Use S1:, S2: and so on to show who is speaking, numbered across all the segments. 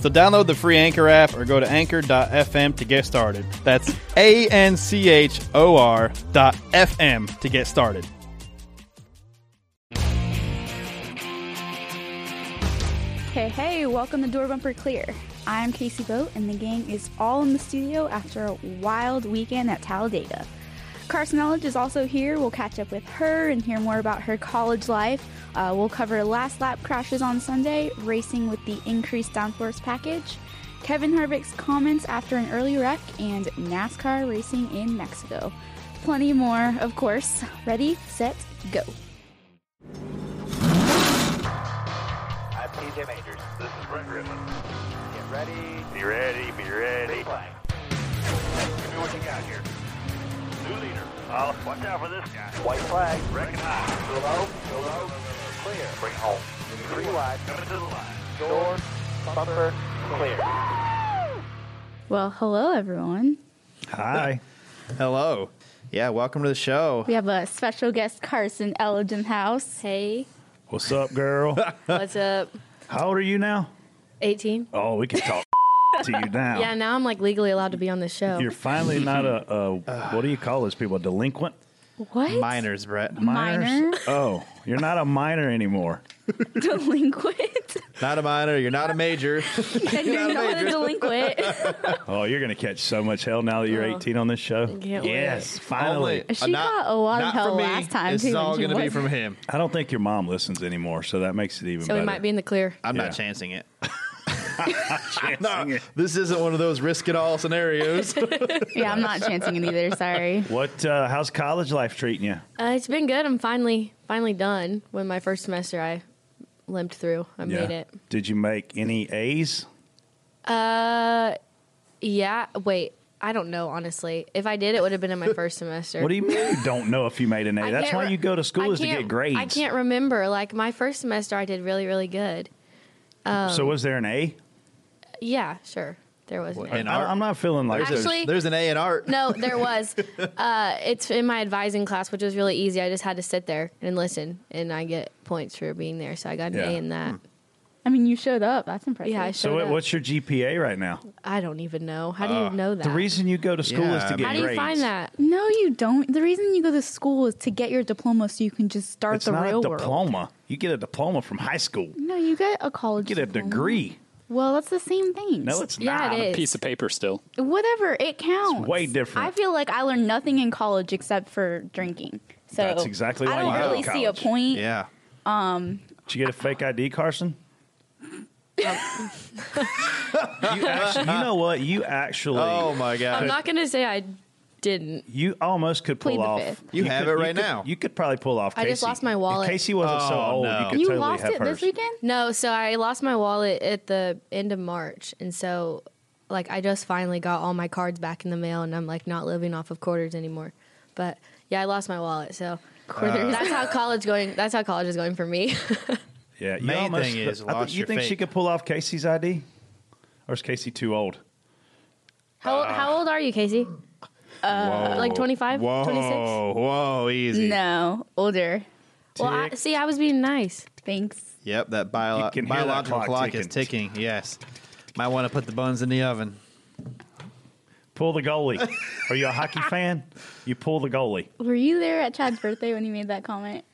S1: So download the free Anchor app or go to anchor.fm to get started. That's A N C H O R dot FM to get started.
S2: Hey, hey, welcome to Door Bumper Clear. I'm Casey Boat, and the gang is all in the studio after a wild weekend at Talladega. Carson Knowledge is also here. We'll catch up with her and hear more about her college life. Uh, we'll cover last lap crashes on Sunday, racing with the increased downforce package, Kevin Harvick's comments after an early wreck, and NASCAR racing in Mexico. Plenty more, of course. Ready, set, go.
S3: I'm PJ Majors. This is Brett Griffin. Get ready. Be ready. Be ready. Play. Give me what you got here. New leader. Oh, watch out for this guy. White flag. Recognize. Go low. Go low. Clear. Bring it home. Three wide. Coming to the line. Door. Bumper. Clear.
S2: Well, hello, everyone.
S4: Hi.
S1: Hello. Yeah, welcome to the show.
S2: We have a special guest, Carson Elledge in the house.
S5: Hey,
S4: What's up, girl?
S5: what's up?
S4: How old are you now?
S5: 18?
S4: Oh, we can talk to you now.
S5: Yeah, now I'm like legally allowed to be on this show.
S4: You're finally not a, a what do you call those people? A delinquent?
S5: what?
S1: Miners, Brett.
S2: Minor,
S4: Oh, you're not a minor anymore.
S2: delinquent.
S6: Not a minor. You're not a major.
S2: then you're not a delinquent.
S4: Oh, you're going to catch so much hell now that you're
S5: Oh.
S4: 18 on this show.
S5: can't wait.
S4: yes, finally.
S6: Only-
S2: She got a lot of
S6: not
S2: hell
S6: from me.
S2: last time,
S6: This
S2: too,
S6: is
S2: when
S6: all
S2: she
S6: going to be
S2: was-
S6: from him.
S4: I don't think your mom listens anymore, so that makes it even
S5: so
S4: better.
S5: we might be in the clear.
S6: I'm
S4: Yeah.
S6: not chancing it.
S4: Chancing it.
S6: This isn't one of those risk it all scenarios.
S2: yeah, I'm not chancing it either. Sorry.
S4: What? Uh, how's college life treating you?
S5: Uh, it's been good. I'm finally finally done. When my first semester, I limped through. I made it.
S4: Did you make any A's?
S5: Uh, yeah. Wait, I don't know honestly. If I did, it would have been in my first semester.
S4: What do you mean you don't know if you made an A?
S5: I
S4: That's
S5: can't
S4: why
S5: re-
S4: you go to
S5: I
S4: school is to
S5: can't-
S4: get grades.
S5: I can't remember. Like my first semester, I did really really good.
S4: so was there an A?
S5: Yeah, sure. There was. an A.
S6: In
S4: I,
S6: art.
S4: I'm not feeling like
S5: There's
S4: there's-
S5: Actually-
S6: There's an A in art.
S5: No, there was. Uh, it's in my advising class, which was really easy. I just had to sit there and listen, and I get points for being there. So I got an
S4: Yeah.
S5: A in that.
S2: I mean, you showed up. That's impressive.
S5: Yeah, I showed
S4: So what-
S5: up.
S4: what's your GPA right now?
S5: I don't even know. How do you know that?
S4: The reason you go to school is
S6: Yeah,
S4: to
S6: I
S4: get
S5: How do
S4: grades.
S5: you find that?
S2: No, you don't. The reason you go to school is to get your diploma so you can just start
S4: It's
S2: the
S4: not
S2: real
S4: a
S2: world.
S4: diploma. You get a diploma from high school. You
S2: No, you get a college.
S4: get a
S2: diploma.
S4: degree.
S2: Well, that's the same thing.
S4: No, it's
S5: Yeah,
S4: not.
S5: it is.
S7: piece of paper still.
S2: whatever. It counts.
S4: way different.
S2: I feel like I learned nothing in college except for drinking. So
S4: That's exactly why
S2: I don't
S4: you go to
S2: really see a
S4: college.
S2: point.
S6: Yeah.
S4: Did you get a fake ID, Carson? you, actually, you know what? You actually,
S6: Oh my
S5: I'm
S6: god.
S5: not gonna say I didn't.
S4: you almost could pull
S2: Plead the
S4: off.
S2: fifth.
S6: You have it right
S4: could-
S6: now.
S4: You could probably pull off.
S5: I
S4: Casey.
S5: just lost my
S4: If
S5: wallet.
S4: Casey wasn't so
S6: Oh,
S4: old. You
S6: no.
S4: could
S2: You
S4: totally
S2: lost
S4: have
S2: it
S4: hers.
S2: this weekend?
S5: No, so I lost my wallet at the end of March, and so like I just finally got all my cards back in the mail, and I'm like not living off of quarters anymore. But yeah, I lost my wallet, so.
S2: Quarters.
S5: That's how college going. That's how college is going for me.
S4: Yeah, you
S6: Main
S4: almost-
S6: thing is
S4: I think-
S6: lost
S4: you
S6: your
S4: think she
S6: fake.
S4: could pull off Casey's ID, or is Casey too old?
S5: How, how old are you, Casey? Uh, like 25, 26?
S6: Whoa. Whoa. Easy.
S2: No, older.
S5: Well, I, see, I was being nice.
S2: Thanks.
S6: Yep. That bio-
S4: You can hear that
S6: biological
S4: clock
S6: clock is ticking. Yes. Might want to put the buns in the oven.
S4: Pull the goalie. Are you a hockey fan? You pull the goalie.
S2: Were you there at Chad's birthday when he made that comment?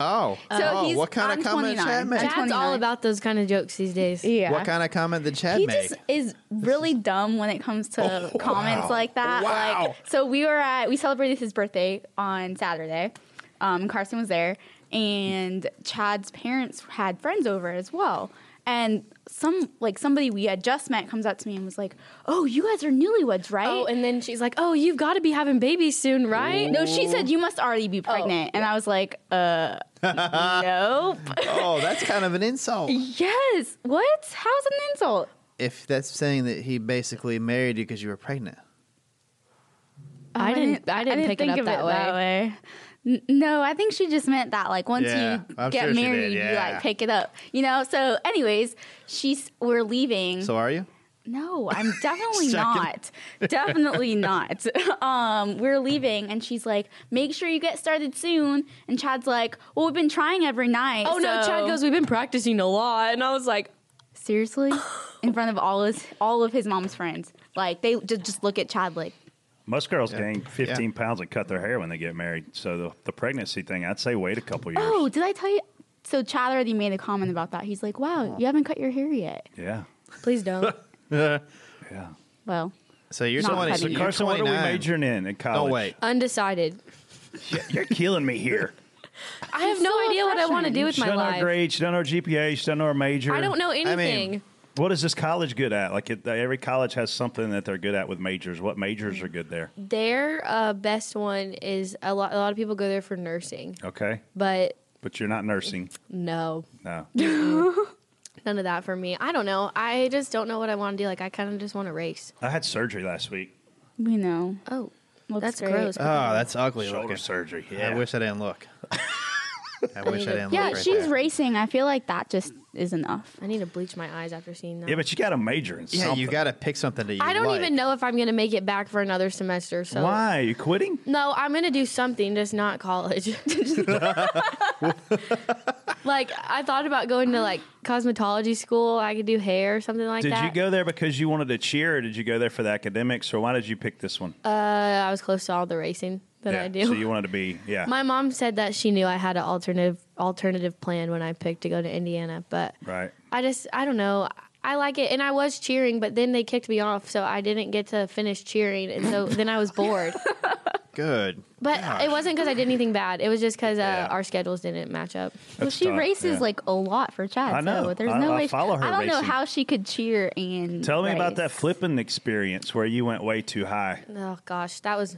S6: Oh.
S2: So
S5: Uh,
S6: oh,
S2: he's-
S6: what kind
S2: I'm
S6: of comment did
S2: 29.
S6: Chad make?
S2: I'm
S5: Chad's all
S2: 29.
S5: about those kind of jokes these days.
S2: Yeah.
S6: What kind of comment Oh, did Chad
S2: he
S6: make?
S2: just is really dumb when it comes to comments like that. Like, so we were at we celebrated his birthday on Saturday. Um, Carson was there, and Chad's parents had friends over as well. And some like somebody we had just met comes up to me and was like, "Oh, you guys are newlyweds, right?"
S5: Oh, and then she's like, "Oh, you've got to be having babies soon, right?"
S2: no, she said you must already
S6: Oh.
S2: be pregnant, and I was like, "Uh, nope."
S6: Oh, that's kind of an insult.
S2: yes, what? How's an insult?
S6: If that's saying that he basically married you because you were pregnant.
S5: Oh, I didn't. I didn't, pick
S2: think
S5: it up
S2: of
S5: that
S2: it
S5: way.
S2: that way. N- No, I think she just meant that like once
S6: Yeah,
S2: you
S6: I'm
S2: get
S6: sure she did,
S2: married, you
S6: yeah.
S2: like pick it up, you know. So, anyways, she's we're leaving.
S6: So are you?
S2: No, I'm definitely
S6: Second.
S2: not. Definitely not. Um, we're leaving, and she's like, "Make sure you get started soon." And Chad's like, "Well, we've been trying every night."
S5: Oh no,
S2: so-
S5: Chad goes, "We've been practicing a lot," and I was like,
S2: seriously in front of all his all of his mom's friends. Like they just just look at Chad like,
S4: Most girls gain
S6: Yeah.
S4: 15 pounds and cut their hair when they get married. So the, the pregnancy thing, I'd say wait a couple years.
S2: "Oh, did I tell you?" So Chad already made a comment about that. He's like,
S5: Uh-huh.
S2: "Wow, you haven't cut your hair yet."
S4: Yeah.
S5: "Please don't."
S4: Yeah.
S2: Well,
S6: So you're
S2: Not
S6: 20.
S2: funny.
S6: So
S2: So
S6: you're
S4: Carson, what are we
S6: 29.
S4: majoring in in college?
S6: Don't wait.
S5: Undecided.
S4: You're killing me here.
S5: I have no
S2: still a
S5: idea what I want
S2: freshman.
S5: to do with
S4: She
S5: my
S4: doesn't know
S5: life.
S4: our grade. She doesn't know our GPA. She doesn't know our major.
S5: I don't know anything.
S4: What is this college good at? Like it, every college has something that they're good at with majors. What majors are good there?
S5: Their uh, best one is a lot. A lot of people go there for nursing,
S4: Okay.
S5: but
S4: But you're not nursing.
S5: no,
S4: No.
S5: none of that for me. I don't know. I just don't know what I want to do. Like I kind of just want to race.
S4: I had surgery last week.
S2: we know.
S5: Oh,
S2: Looks
S5: that's
S2: great.
S5: gross.
S4: Uh,
S6: Oh, that's ugly
S4: Shoulder
S6: looking.
S4: surgery.
S6: I wish I didn't look. I wish I didn't
S2: Yeah,
S6: look. right
S2: she's
S6: there.
S2: racing. I feel like that just is enough.
S5: I need to bleach my eyes after seeing that.
S4: Yeah, but you got a major in
S6: Yeah,
S4: something.
S6: you got to pick something that you
S5: I don't
S6: like.
S5: even know if I'm gonna make it back for another semester. So
S4: Why? You quitting?
S5: No, I'm gonna do something, just not college. like I thought about going to like cosmetology school. I could do hair or something like
S4: Did
S5: that.
S4: you go there because you wanted to cheer, or did you go there for the academics, or why did you pick this one?
S5: Uh, I was close to all the racing that
S4: yeah.
S5: I do.
S4: So you wanted to be, yeah.
S5: My mom said that she knew I had an alternative alternative plan when I picked to go to Indiana, but
S4: right.
S5: I just I don't know. I like it, and I was cheering, but then they kicked me off, so I didn't get to finish cheering, and so then I was bored.
S6: Good.
S5: But
S6: Gosh.
S5: it wasn't because I did anything bad; it was just because uh,
S4: Yeah.
S5: our schedules didn't match up.
S2: well,
S4: That's
S2: she
S4: tough,
S2: races
S4: yeah.
S2: like a lot for Chad.
S4: I know.
S2: So there's
S4: I-
S2: no
S4: I
S2: way.
S4: follow her
S2: I don't know
S4: racing.
S2: how she could cheer and
S4: Tell me about
S2: race.
S4: that flipping experience where you went way too high.
S5: Oh gosh, that was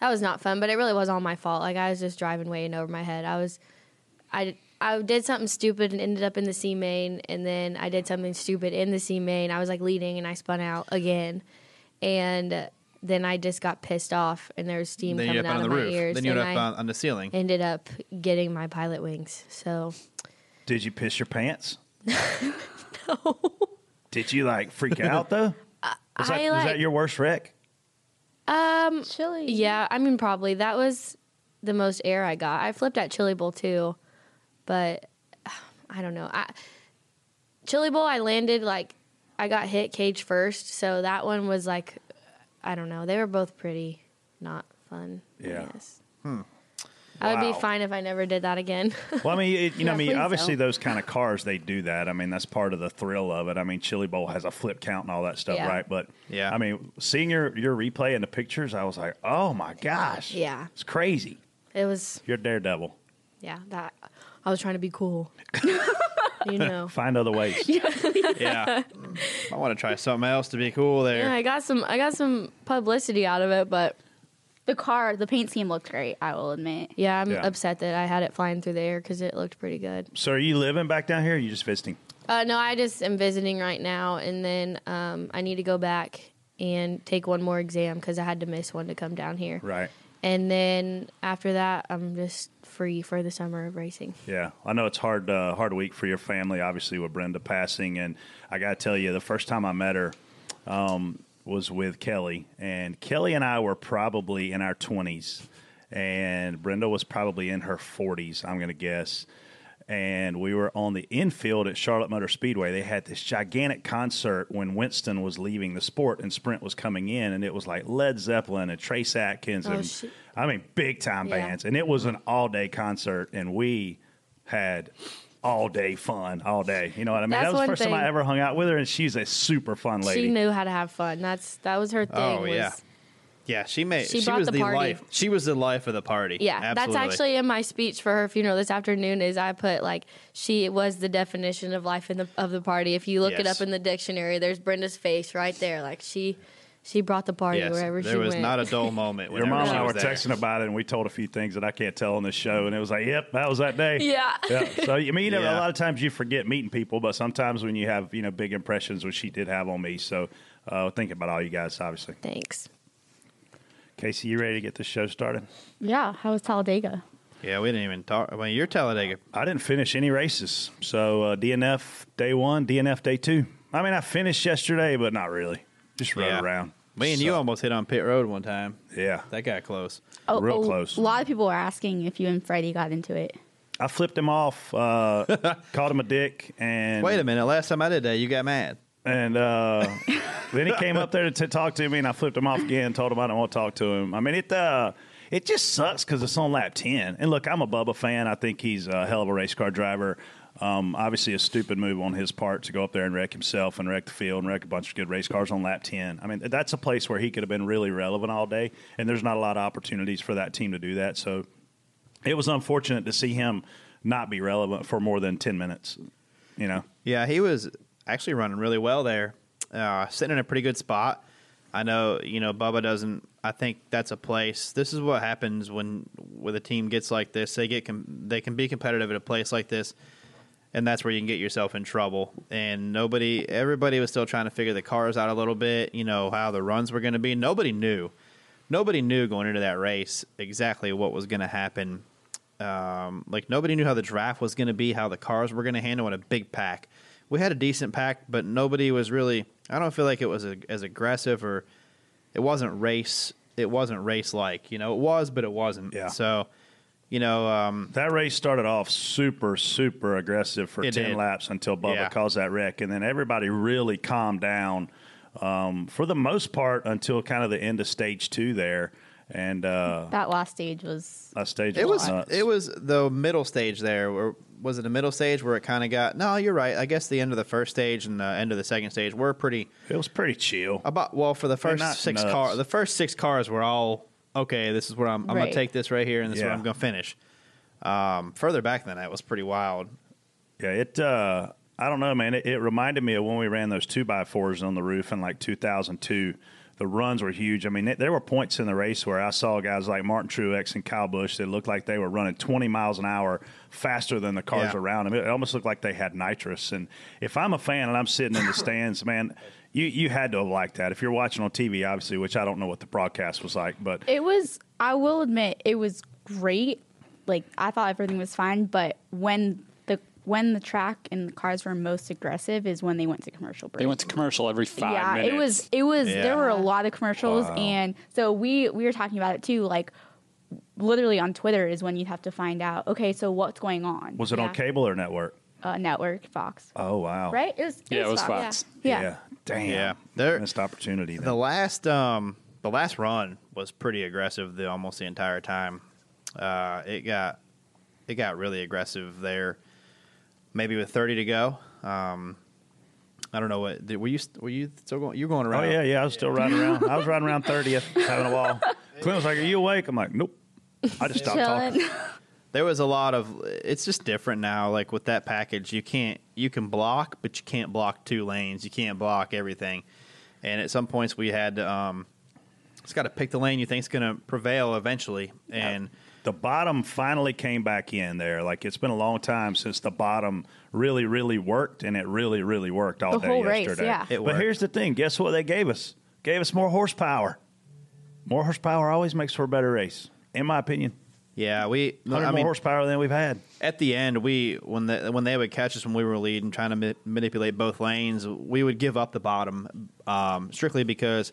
S5: that was not fun, but it really was all my fault. Like I was just driving way and over my head. I was I I did something stupid and ended up in the C main, and then I did something stupid in the C main. I was like leading and I spun out again, and then I just got pissed off, and there was steam
S6: Then you're up
S5: coming out
S6: on
S5: of
S6: the
S5: my
S6: roof.
S5: ears,
S6: Then you're
S5: and
S6: up
S5: I
S6: on, on the ceiling.
S5: ended up getting my pilot wings. So
S4: Did you piss your pants? no. Did you like freak out though? Was that,
S5: I
S4: was
S5: like
S4: that your worst wreck?
S5: um
S2: Chili.
S5: yeah. I mean probably that was the most air I got. I flipped at Chili Bowl too, but I don't know. I Chili Bowl, I landed like I got hit cage first, so that one was like I don't know. They were both pretty not fun.
S4: Yeah. Hmm.
S5: I guess. I would
S4: Wow.
S5: be fine if I never did that again.
S4: Well, I mean, it, you know, I
S2: Yeah,
S4: mean,
S2: please
S4: obviously
S2: don't.
S4: those kind of cars they do that. I mean, that's part of the thrill of it. I mean, Chili Bowl has a flip count and all that stuff,
S5: Yeah.
S4: right? But
S6: Yeah.
S4: I mean, seeing your your replay and the pictures, I was like, oh my gosh,
S5: Yeah.
S4: it's crazy.
S5: it was
S4: You're a daredevil.
S5: yeah, that I was trying to be cool. you know.
S4: Find other ways.
S6: yeah. I want to try something else to be cool
S5: Yeah,
S6: there.
S5: I got some I got some publicity out of it, but
S2: The car, the paint scheme looked great. I will admit.
S5: yeah, I'm
S4: Yeah.
S5: upset that I had it flying through the air because it looked pretty good.
S4: So, are you living back down here? or Are you just visiting?
S5: Uh, no, I just am visiting right now, and then um, I need to go back and take one more exam because I had to miss one to come down here.
S4: Right.
S5: And then after that, I'm just free for the summer of racing.
S4: Yeah, I know it's hard, uh, hard week for your family. Obviously, with Brenda passing, and I got to tell you, the first time I met her um, was with Kelly, and Kelly and I were probably in our twenties, and Brenda was probably in her forties. I'm going to guess. And we were on the infield at Charlotte Motor Speedway. They had this gigantic concert when Winston was leaving the sport and Sprint was coming in, and it was like Led Zeppelin and Trace Atkins
S5: Oh,
S4: and
S5: shit.
S4: I mean, big time
S5: Yeah.
S4: bands. And it was an all day concert, and we had all day fun all day. You know what I mean?
S5: That's
S4: that was the
S5: one
S4: first time I
S5: thing.
S4: ever hung out with her, and she's a super fun lady.
S5: She knew how to have fun. That's that was her thing.
S6: Oh,
S5: was
S6: yeah. Yeah, she made.
S5: She
S6: She,
S5: brought
S6: was
S5: the
S6: the,
S5: party.
S6: life. She was the life of the party.
S5: Yeah,
S6: Absolutely.
S5: that's actually in my speech for her funeral this afternoon. Is I put like she was the definition of life in the of the party. If you look it
S6: Yes.
S5: up in the dictionary, there's Brenda's face right there. Like she, she brought the party
S6: Yes,
S5: wherever
S6: there
S5: she
S6: was
S5: went.
S6: not a dull moment.
S4: Your
S6: whenever
S4: mom
S6: she
S4: and I were
S6: was there.
S4: texting about it, and we told a few things that I can't tell on this show, and it was like, "Yep, that was that day."
S5: Yeah.
S4: Yeah. So I mean, you know,
S6: Yeah.
S4: a lot of times you forget meeting people, but sometimes when you have you know big impressions, which she did have on me, so uh, thinking about all you guys, obviously.
S5: Thanks.
S4: Casey, you ready to get this show started?
S2: Yeah, how was Talladega?
S6: Yeah, we didn't even talk. Well, you're Talladega.
S4: I didn't finish any races, so uh, DNF day one, DNF day two. I mean, I finished yesterday, but not really. Just rode
S6: Yeah.
S4: around.
S6: Me and you almost hit on pit road one time.
S4: Yeah.
S6: That got close.
S4: Real close.
S2: Oh, A lot of people were asking if you and Freddie got into it.
S4: I flipped him off, uh, called him a dick, and
S6: Wait a minute. Last time I did that, you got mad.
S4: And uh, then he came up there to, to talk to me, and I flipped him off again. Told him I don't want to talk to him. I mean, it uh, it just sucks because it's on lap ten. And look, I'm a Bubba fan. I think he's a hell of a race car driver. Um, obviously, a stupid move on his part to go up there and wreck himself and wreck the field and wreck a bunch of good race cars on lap ten. I mean, that's a place where he could have been really relevant all day. And there's not a lot of opportunities for that team to do that. So it was unfortunate to see him not be relevant for more than ten minutes. You know.
S6: Yeah, he was actually running really well there, uh, sitting in a pretty good spot. I know, you know, Bubba doesn't. I think that's a place. This is what happens when with a team gets like this. They get com- they can be competitive at a place like this, and that's where you can get yourself in trouble. And nobody, everybody was still trying to figure the cars out a little bit. You know how the runs were going to be. Nobody knew. Nobody knew going into that race exactly what was going to happen um, like nobody knew how the draft was going to be, how the cars were going to handle in a big pack. We had a decent pack, but nobody was really. I don't feel like it was a, as aggressive or it wasn't race. It wasn't race like you know it was, but it wasn't.
S4: Yeah.
S6: So, you know, um,
S4: That race started off super, super aggressive for
S6: It
S4: 10
S6: did.
S4: laps until Bubba
S6: Yeah.
S4: caused that wreck. And then everybody really calmed down um, for the most part until kind of the end of stage two there. And uh,
S2: That last stage was
S4: that stage
S6: it was
S4: nuts.
S6: it was the middle stage there. Where, was it the middle stage where it kind of got? No, you're right. I guess the end of the first stage and the end of the second stage were pretty.
S4: It was pretty chill.
S6: About well, for the
S4: not
S6: first six
S4: nuts.
S6: car, the first six cars were all okay. This is where I'm. I'm
S2: Right.
S6: gonna take this right here, and this is where
S4: Yeah.
S6: I'm gonna finish. Um, further back than that was pretty wild.
S4: Yeah, it. Uh, I don't know, man. It, it reminded me of when we ran those two by fours on the roof in like 2002. The runs were huge. I mean, th- there were points in the race where I saw guys like Martin Truex and Kyle Busch that looked like they were running 20 miles an hour faster than the cars
S6: Yeah.
S4: around them. It almost looked like they had nitrous. And if I'm a fan and I'm sitting in the stands, man, you you had to have liked that. If you're watching on TV, obviously, which I don't know what the broadcast was like, but
S2: it was I will admit it was great. Like I thought everything was fine, but when the when the track and the cars were most aggressive is when they went to commercial break.
S7: They went to commercial every five
S2: yeah,
S7: minutes.
S2: it was it was
S6: Yeah.
S2: there were a lot of commercials and so we we were talking about it too like literally on Twitter is when you'd have to find out okay, so what's going on?
S4: was it
S5: Yeah.
S4: on cable or network?
S2: uh, network Fox.
S4: Oh wow!
S2: right? It was
S7: yeah, it was
S2: Fox.
S7: Fox.
S2: Yeah.
S4: Damn.
S6: Yeah. There-
S4: Missed opportunity. then.
S6: The last um the last run was pretty aggressive the almost the entire time. Uh it got it got really aggressive there. Maybe with 30 to go. Um I don't know what did, were you st- were you still going you were going
S4: Oh
S6: around.
S4: yeah, yeah. I was still riding around. I was riding around thirtieth, having a ball. Clint was like, "Are you awake?" I'm like, "Nope." I just stopped talking.
S2: Chilling.
S6: There was a lot of it's just different now like with that package you can't you can block but you can't block two lanes. You can't block everything. And at some points we had to, um it's got to pick the lane you think's going to prevail eventually and
S4: The bottom finally came back in there. Like it's been a long time since the bottom really, really worked, and it really, really worked all
S2: The
S4: day
S2: whole race,
S4: yesterday.
S2: yeah. It
S4: but
S6: worked.
S4: here's the thing: guess what they gave us? Gave us more horsepower. More horsepower always makes for a better race, in my opinion.
S6: Yeah, we.
S4: Hundred
S6: I
S4: more
S6: mean,
S4: horsepower than we've had.
S6: at the end, we when the, when they would catch us when we were leading, trying to ma- manipulate both lanes, we would give up the bottom um, strictly because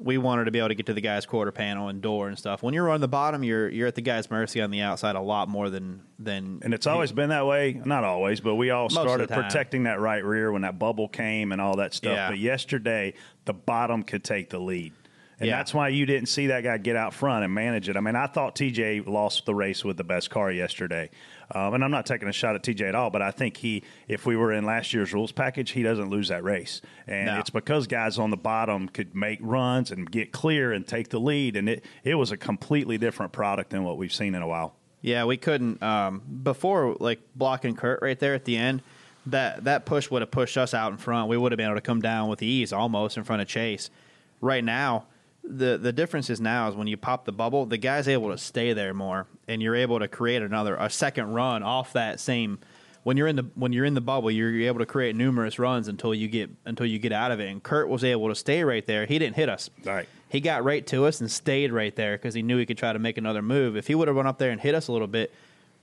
S6: we wanted to be able to get to the guy's quarter panel and door and stuff. When you're on the bottom, you're you're at the guy's mercy on the outside a lot more than than.
S4: And it's always been that way. Not always, but we all
S6: of the
S4: started
S6: time.
S4: protecting that right rear when that bubble came and all that stuff.
S6: Yeah.
S4: But yesterday, the bottom could take the lead. And
S6: Yeah.
S4: that's why you didn't see that guy get out front and manage it. I mean, I thought TJ lost the race with the best car yesterday. Um, and I'm not taking a shot at TJ at all, but I think he, if we were in last year's rules package, he doesn't lose that race. And
S6: No.
S4: it's because guys on the bottom could make runs and get clear and take the lead. And it, it was a completely different product than what we've seen in a while.
S6: Yeah, we couldn't um, before like blocking Kurt right there at the end. That that push would have pushed us out in front. We would have been able to come down with ease almost in front of Chase. Right now, the the difference is now is when you pop the bubble, the guy's able to stay there more, and you're able to create another a second run off that same. When you're in the when you're in the bubble, you're, you're able to create numerous runs until you get until you get out of it. And Kurt was able to stay right there. He didn't hit us.
S4: Right.
S6: He got right to us and stayed right there because he knew he could try to make another move. If he would have run up there and hit us a little bit,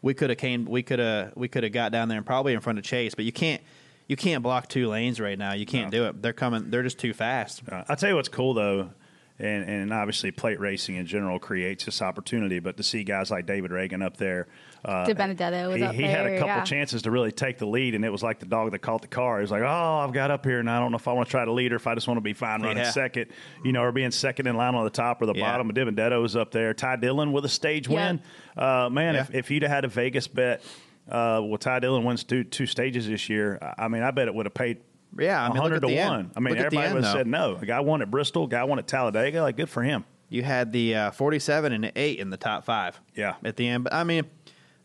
S6: we could have came. We could have we could have got down there and probably in front of Chase. But you can't you can't block two lanes right now. You can't do it. They're coming. They're just too fast.
S4: Uh, I'll tell you what's cool though, and, and obviously plate racing in general creates this opportunity, but to see guys like David Reagan up there. Uh,
S2: De Benedetto was
S4: he,
S2: up
S4: he had a
S2: there,
S4: couple
S2: yeah.
S4: chances to really take the lead, and it was like the dog that caught the car. He was like, "Oh, I've got up here, and I don't know if I want to try to lead, or if I just want to be fine running
S6: Yeah.
S4: second, you know, or being second in line on the top or the
S6: Yeah.
S4: bottom." But Benedetto was up there. Ty Dillon with a stage
S5: Yeah.
S4: win. Uh, man, if,
S6: Yeah.
S4: if you'd have had a Vegas bet, uh, well, Ty Dillon wins two two stages this year. I- I mean, I bet it would have paid
S6: Yeah, I mean, look
S4: hundred to
S6: at the end.
S4: one. I mean,
S6: Look at the
S4: everybody
S6: end,
S4: would have
S6: though.
S4: said no. A guy won at Bristol, guy won at Talladega. Like, good for him.
S6: You had the uh, 47 and the 8 in the top five.
S4: Yeah.
S6: At the end. But I mean,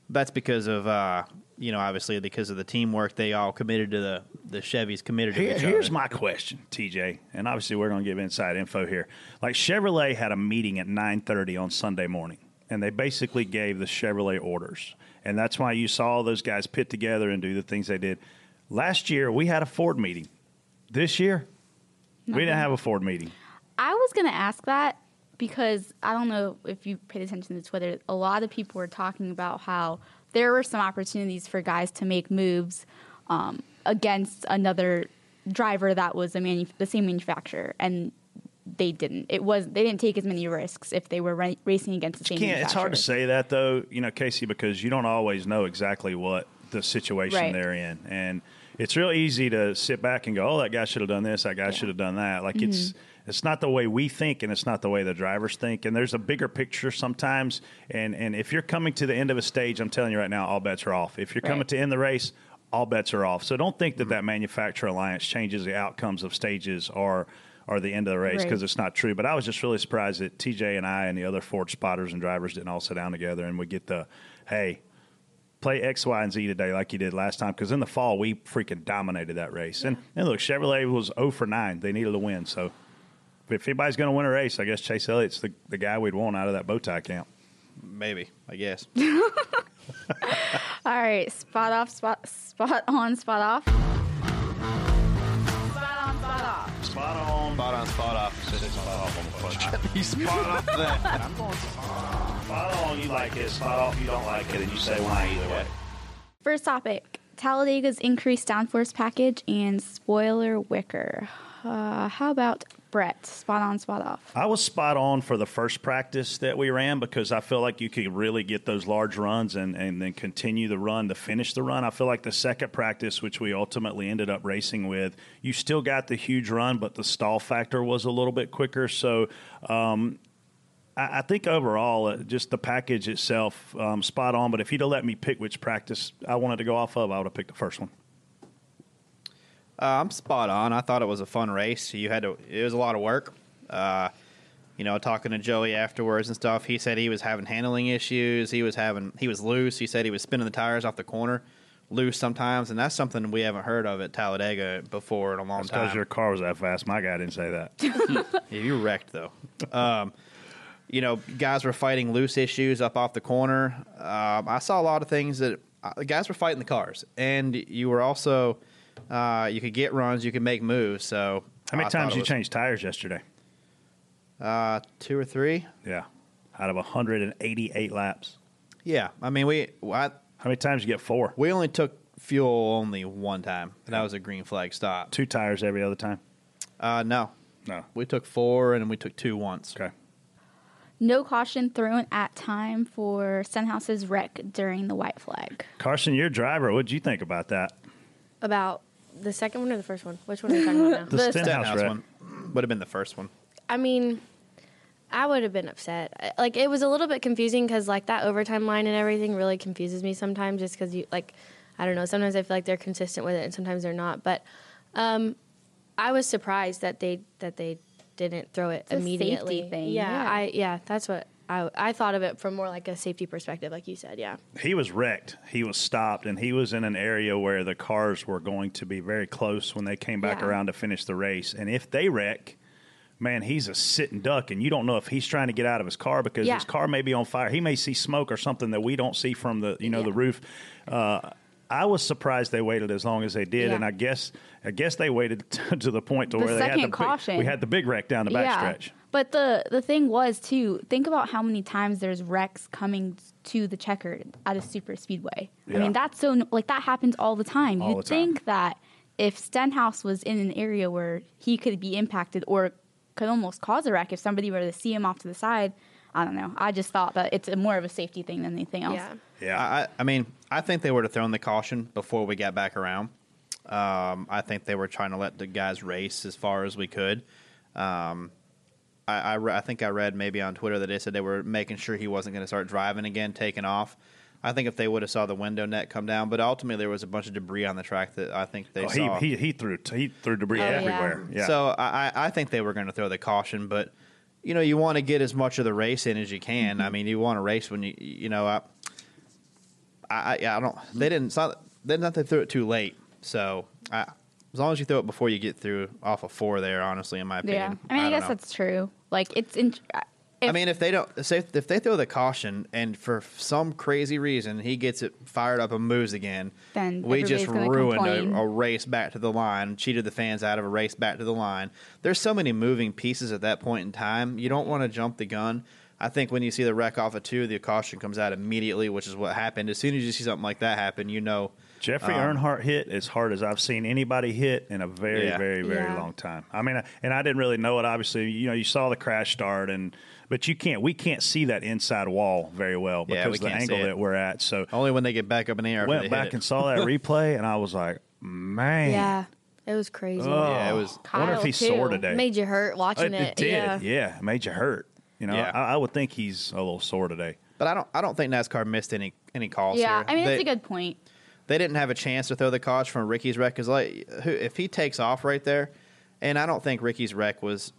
S6: that's because of, uh, you know, obviously because of the teamwork. They all committed to the, the Chevys, committed to
S4: Here-
S6: each
S4: here's
S6: other.
S4: my question, TJ, and obviously we're going to give inside info here. Like Chevrolet had a meeting at 9:30 on Sunday morning, and they basically gave the Chevrolet orders, and that's why you saw all those guys pit together and do the things they did. Last year we had a Ford meeting. This year we didn't have a Ford meeting.
S2: I was going to ask that because I don't know if you paid attention to Twitter. A lot of people were talking about how there were some opportunities for guys to make moves um, against another driver that was a manu- the same manufacturer, and they didn't. It was they didn't take as many risks if they were ra- racing against the same.
S4: can't. It's hard to
S2: manufacturer.
S4: say that though, you know, Casey, because you don't always know exactly what the situation
S2: Right.
S4: they're in, and it's real easy to sit back and go, "Oh, that guy should have done this. That guy should have done that." Like it's
S2: Mm-hmm.
S4: it's not the way we think, and it's not the way the drivers think, and there's a bigger picture sometimes. And and if you're coming to the end of a stage, I'm telling you right now, all bets are off. If you're coming
S2: Right. Mm-hmm.
S4: to end the race. All bets are off. So don't think that that manufacturer alliance changes the outcomes of stages or or the end of the race because
S2: Right.
S4: it's not true. But I was just really surprised that TJ and I and the other Ford spotters and drivers didn't all sit down together and we get the hey. Play X, Y, and Z today like you did last time because in the fall we freaking dominated that race. And, and look, Chevrolet was 0 for 9. They needed a win. So if anybody's going to win a race, I guess Chase Elliott's the, the guy we'd want out of that bow tie camp.
S6: Maybe, I guess.
S2: All right, spot off, spot spot on, spot off.
S4: Spot on.
S7: Spot on, spot off.
S4: He's spot off that. Spot on, you like it. Spot off, you don't like it. And you say why either way.
S2: First topic Talladega's increased downforce package and spoiler wicker. Uh, how about Brett? Spot on, spot off.
S4: I was spot on for the first practice that we ran because I feel like you could really get those large runs and, and then continue the run to finish the run. I feel like the second practice, which we ultimately ended up racing with, you still got the huge run, but the stall factor was a little bit quicker. So um, I, I think overall, uh, just the package itself, um, spot on. But if you'd have let me pick which practice I wanted to go off of, I would have picked the first one.
S6: Uh, I'm spot on. I thought it was a fun race. You had to. It was a lot of work. Uh, you know, talking to Joey afterwards and stuff, he said he was having handling issues. He was having he was loose. He said he was spinning the tires off the corner loose sometimes, and that's something we haven't heard of at Talladega before in a long
S4: Because
S6: time.
S4: your car was that fast. My guy didn't say that.
S6: Yeah, you wrecked though. um, you know, guys were fighting loose issues up off the corner. Um, I saw a lot of things that uh, the guys were fighting the cars, and you were also uh, you could get runs, you could make moves. So
S4: How many
S6: I thought
S4: times
S6: it
S4: you
S6: was,
S4: changed tires yesterday?
S6: Uh, two or three.
S4: Yeah. Out of 188 laps.
S6: Yeah, I mean we I,
S4: How many times you get four?
S6: we only took fuel only one time, and that was a green flag stop.
S4: Two tires every other time?
S6: Uh, no,
S4: No.
S6: we took four, and we took two once.
S4: Okay.
S2: No caution thrown at time for Sunhouse's wreck during the white flag.
S4: Carson, your driver, what'd you think about that?
S5: About the second one or the first one? Which one are we talking about now?
S4: The
S6: Stenhouse
S4: Stenhouse wreck.
S6: one would have been the first one.
S5: I mean, I would have been upset. I- Like it was a little bit confusing because like that overtime line and everything really confuses me sometimes. Just because you like, I don't know. Sometimes I feel like they're consistent with it, and sometimes they're not. But um, I was surprised that they that they didn't throw it
S2: a safety
S5: immediately.
S2: thing,
S5: Yeah,
S2: yeah.
S5: I yeah, that's what I I thought of it from more like a safety perspective, like you said. Yeah,
S4: He was wrecked. He was stopped, and he was in an area where the cars were going to be very close when they came back
S5: Yeah.
S4: around to finish the race. And if they wreck, man, he's a sitting duck, and you don't know if he's trying to get out of his car because
S5: Yeah.
S4: his car may be on fire. He may see smoke or something that we don't see from the you know the
S5: Yeah.
S4: roof. Uh, I was surprised they waited as long as they did,
S5: Yeah.
S4: and I guess I guess they waited to the point to
S2: The
S4: where they had
S2: second
S4: the big,
S2: caution.
S4: we had the big wreck down the back stretch.
S2: But the the thing was too, think about how many times there's wrecks coming to the checker at a super speedway. I
S4: Yeah.
S2: mean, that's so like that happens all the time.
S4: All
S2: You'd
S4: the time.
S2: think that if Stenhouse was in an area where he could be impacted or could almost cause a wreck if somebody were to see him off to the side, I don't know. I just thought that it's a more of a safety thing than anything else.
S5: yeah.
S4: Yeah,
S6: I, I- I mean, I think they would have thrown the caution before we got back around. Um, I think they were trying to let the guys race as far as we could. Um, I, I, re- I think I read maybe on Twitter that they said they were making sure he wasn't going to start driving again, taking off. I think if they would have saw the window net come down, but ultimately there was a bunch of debris on the track that I think they
S4: Oh, he,
S6: saw.
S4: he he threw he threw debris
S5: Oh, yeah.
S4: everywhere. Yeah.
S6: So I, I- I think they were going to throw the caution, but you know you want to get as much of the race in as you can.
S2: Mm-hmm.
S6: I mean, you want to race when you you know I I, I I don't they didn't it's not they not they threw it too late. So I, as long as you throw it before you get through off of four, there honestly, in my
S2: Yeah.
S6: opinion.
S2: I mean, I,
S6: don't
S2: guess
S6: know.
S2: that's true. Like it's in uh,
S6: I mean, if they don't, say if they throw the caution, and for some crazy reason he gets it fired up and moves again,
S2: Then
S6: we just
S2: everybody's gonna
S6: ruined
S2: complain.
S6: a, a race back to the line, cheated the fans out of a race back to the line. There's so many moving pieces at that point in time. You don't want to jump the gun. I think when you see the wreck off of two, the caution comes out immediately, which is what happened. As soon as you see something like that happen, you know
S4: Jeffrey
S6: Um,
S4: Earnhardt hit as hard as I've seen anybody hit in a very,
S6: Yeah.
S4: very, very
S5: Yeah.
S4: long time. I mean, I- and I didn't really know it. Obviously, you know, you saw the crash start, and but you can't. We can't see that inside wall very well
S6: Yeah,
S4: because
S6: we
S4: of the
S6: can't see
S4: angle
S6: it.
S4: that we're at. So
S6: only when they get back up in the air.
S4: I
S6: if they
S4: went
S6: hit
S4: back
S6: it.
S4: and saw that replay, and I was like, man,
S5: Yeah, it was crazy.
S6: yeah, it was.
S4: I wonder if
S5: Kyle,
S4: he's sore
S5: too.
S4: today.
S5: Made you hurt watching it.
S4: it did.
S5: Yeah.
S4: Yeah. it made you hurt. You know,
S6: Yeah.
S4: I, I would think he's a little sore today.
S6: But I don't. I don't think NASCAR missed any any calls.
S2: yeah.
S6: here.
S2: I mean,
S6: They-
S2: that's a good point.
S6: they didn't have a chance to throw the caution from Ricky's wreck because like who, if he takes off right there, and I don't think Ricky's wreck was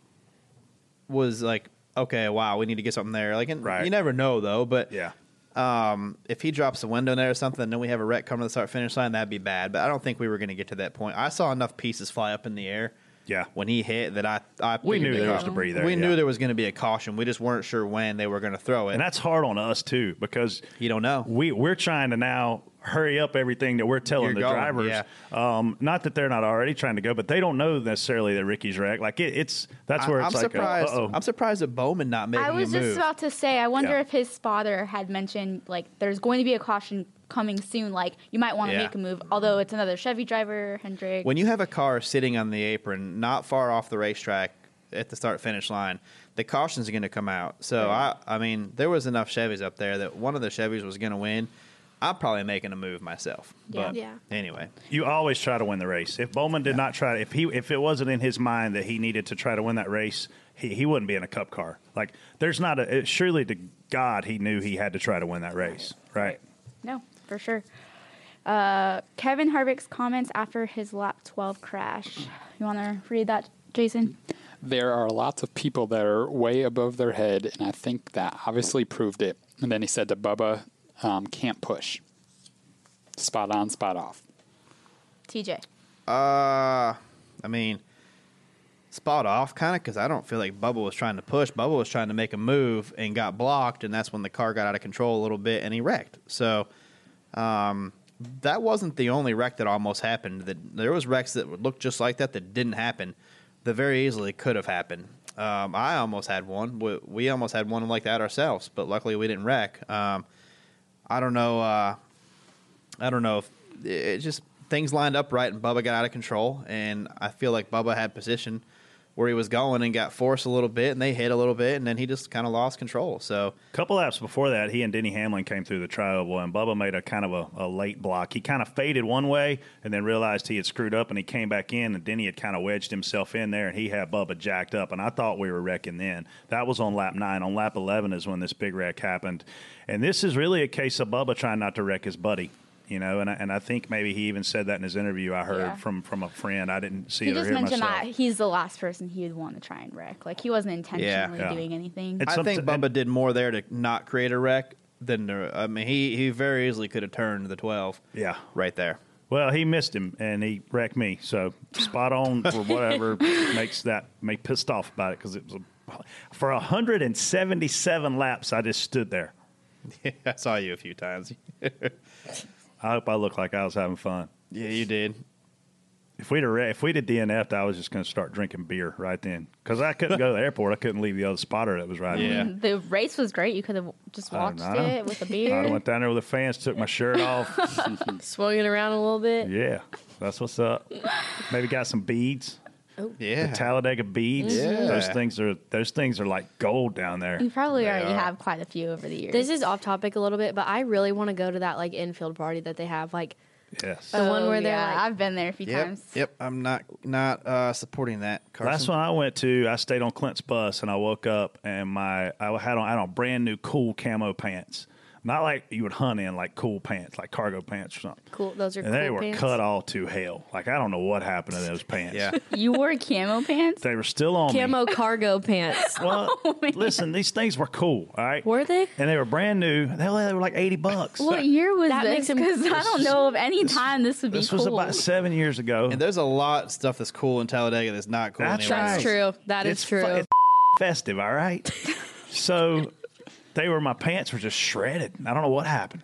S6: was like okay, wow, we need to get something there. Like, and
S4: Right.
S6: you never know though. But
S4: Yeah,
S6: um, if he drops the window net or something, then we have a wreck coming to the start finish line. That'd be bad. But I don't think we were going to get to that point. I saw enough pieces fly up in the air.
S4: Yeah.
S6: when he hit that, I, I
S4: We
S6: figured
S4: knew
S6: the
S4: there was
S6: caution-
S4: debris there,
S6: We
S4: yeah.
S6: knew there was going to be a caution. We just weren't sure when they were going to throw it.
S4: and that's hard on us too because
S6: you don't know.
S4: we we're trying to now hurry up everything that we're telling
S6: Oh. You're
S4: the
S6: going,
S4: drivers.
S6: yeah.
S4: Um, not that they're not already trying to go, but they don't know necessarily that Ricky's wreck. Like it, it's that's where
S6: I,
S4: it's
S6: am
S4: like,
S6: surprised.
S4: oh,
S6: I'm surprised at Bowman not making.
S2: I was
S6: a move.
S2: just about to say, I wonder
S4: Yeah.
S2: if his spotter had mentioned like there's going to be a caution coming soon. Like you might want to
S6: Yeah.
S2: make a move, although it's another Chevy driver, Hendrick.
S6: when you have a car sitting on the apron not far off the racetrack at the start finish line the cautions are going to come out so i i mean there was enough chevys up there that one of the chevys was going to win i'm probably making a move myself
S2: Yeah.
S6: but
S5: Yeah.
S6: anyway
S4: you always try to win the race. If Bowman did not try, if he if it wasn't in his mind that he needed to try to win that race, he, he wouldn't be in a cup car. Like there's not a it- surely to God he knew he had to try to win that race, right?
S2: no, for sure. Uh, Kevin Harvick's comments after his lap 12 crash. You want to read that, Jason?
S7: there are lots of people that are way above their head, and I think that obviously proved it. And then he said to Bubba, um, can't push. Spot on, spot off.
S2: TJ.
S6: uh i mean spot off kind of because i don't feel like bubble was trying to push bubble was trying to make a move and got blocked and that's when the car got out of control a little bit and he wrecked so that wasn't the only wreck that almost happened. That there was wrecks that looked just like that that didn't happen, that very easily could have happened. Um, I almost had one. We, we almost had one like that ourselves, but luckily we didn't wreck. Um, I don't know. Uh, I don't know if it- it just things lined up right and Bubba got out of control, and I feel like Bubba had position where he was going and got forced a little bit, and they hit a little bit, and then he just kind of lost control. So
S4: couple laps before that, he and Denny Hamlin came through the tri-oval, and Bubba made a kind of a, a late block. He kind of faded one way and then realized he had screwed up, and he came back in, and Denny had kind of wedged himself in there, and he had Bubba jacked up, and I thought we were wrecking then. That was on lap nine. On lap 11 is when this big wreck happened, and this is really a case of Bubba trying not to wreck his buddy. You know, and I, and I think maybe he even said that in his interview I heard
S2: Yeah.
S4: from, from a friend. I didn't see
S2: He
S4: it or
S2: just
S4: hear
S2: mentioned
S4: myself.
S2: that he's the last person he would want to try and wreck. Like he wasn't intentionally
S4: Yeah.
S2: doing anything.
S4: It's-
S6: I think
S4: somet-
S6: Bubba did more there to not create a wreck than to, I mean he he very easily could have turned the twelve.
S4: Yeah.
S6: right there.
S4: Well, he missed him and he wrecked me. So spot on for whatever makes that make pissed off about it because it was a, for 177 laps. I just stood there.
S6: I saw you a few times.
S4: I hope I looked like I was having fun.
S6: yeah, you did.
S4: If we'd have, re- if we'd have DNF'd, I was just going to start drinking beer right then because I couldn't go to the airport. I couldn't leave the other spotter that was riding.
S6: Yeah.
S2: the race was great. You could have just
S4: I don't
S2: watched
S4: know.
S2: it with a
S4: me. I
S2: beer.
S4: went down there with the fans, took my shirt off.
S5: swung it around a little bit.
S4: yeah, that's what's up. Maybe got some beads.
S6: Yeah,
S4: The Talladega beads.
S7: Yeah.
S4: Those things are those things are like gold down there.
S2: You probably
S6: They
S2: already
S6: are.
S2: have quite a few over the years.
S5: This is off topic a little bit, but I really want to go to that like infield party that they have. Like
S4: Yes.
S5: the one where they're
S2: Oh, yeah,
S5: like-
S2: I've been there a few
S6: Yep,
S2: times.
S6: yep. I'm not not uh, supporting that. Carson.
S4: Last one I went to, I stayed on Clint's bus, and I woke up and my I had on I had on brand new cool camo pants, not like you would hunt in like cool pants, like cargo pants or something.
S5: cool, those are
S4: And they
S5: cool
S4: were
S5: pants.
S4: cut all to hell. Like I don't know what happened to those pants.
S6: Yeah,
S2: You wore camo pants.
S4: they were still on. me.
S5: camo cargo pants.
S4: Well, listen, these things were cool. All right,
S5: Were they?
S4: And they were brand new. They were they were like eighty bucks.
S2: What year was
S5: That
S2: this?
S5: makes him-
S2: Because I don't know of any time this would be
S4: this
S2: cool.
S4: was about seven years ago.
S6: and there's a lot of stuff that's cool in Talladega that's not cool.
S4: That's
S6: anywhere
S4: right.
S5: That's
S6: else.
S5: true. That is
S4: It's
S5: true.
S4: fu- it's festive, all right? so they were my pants were just shredded. I don't know what happened.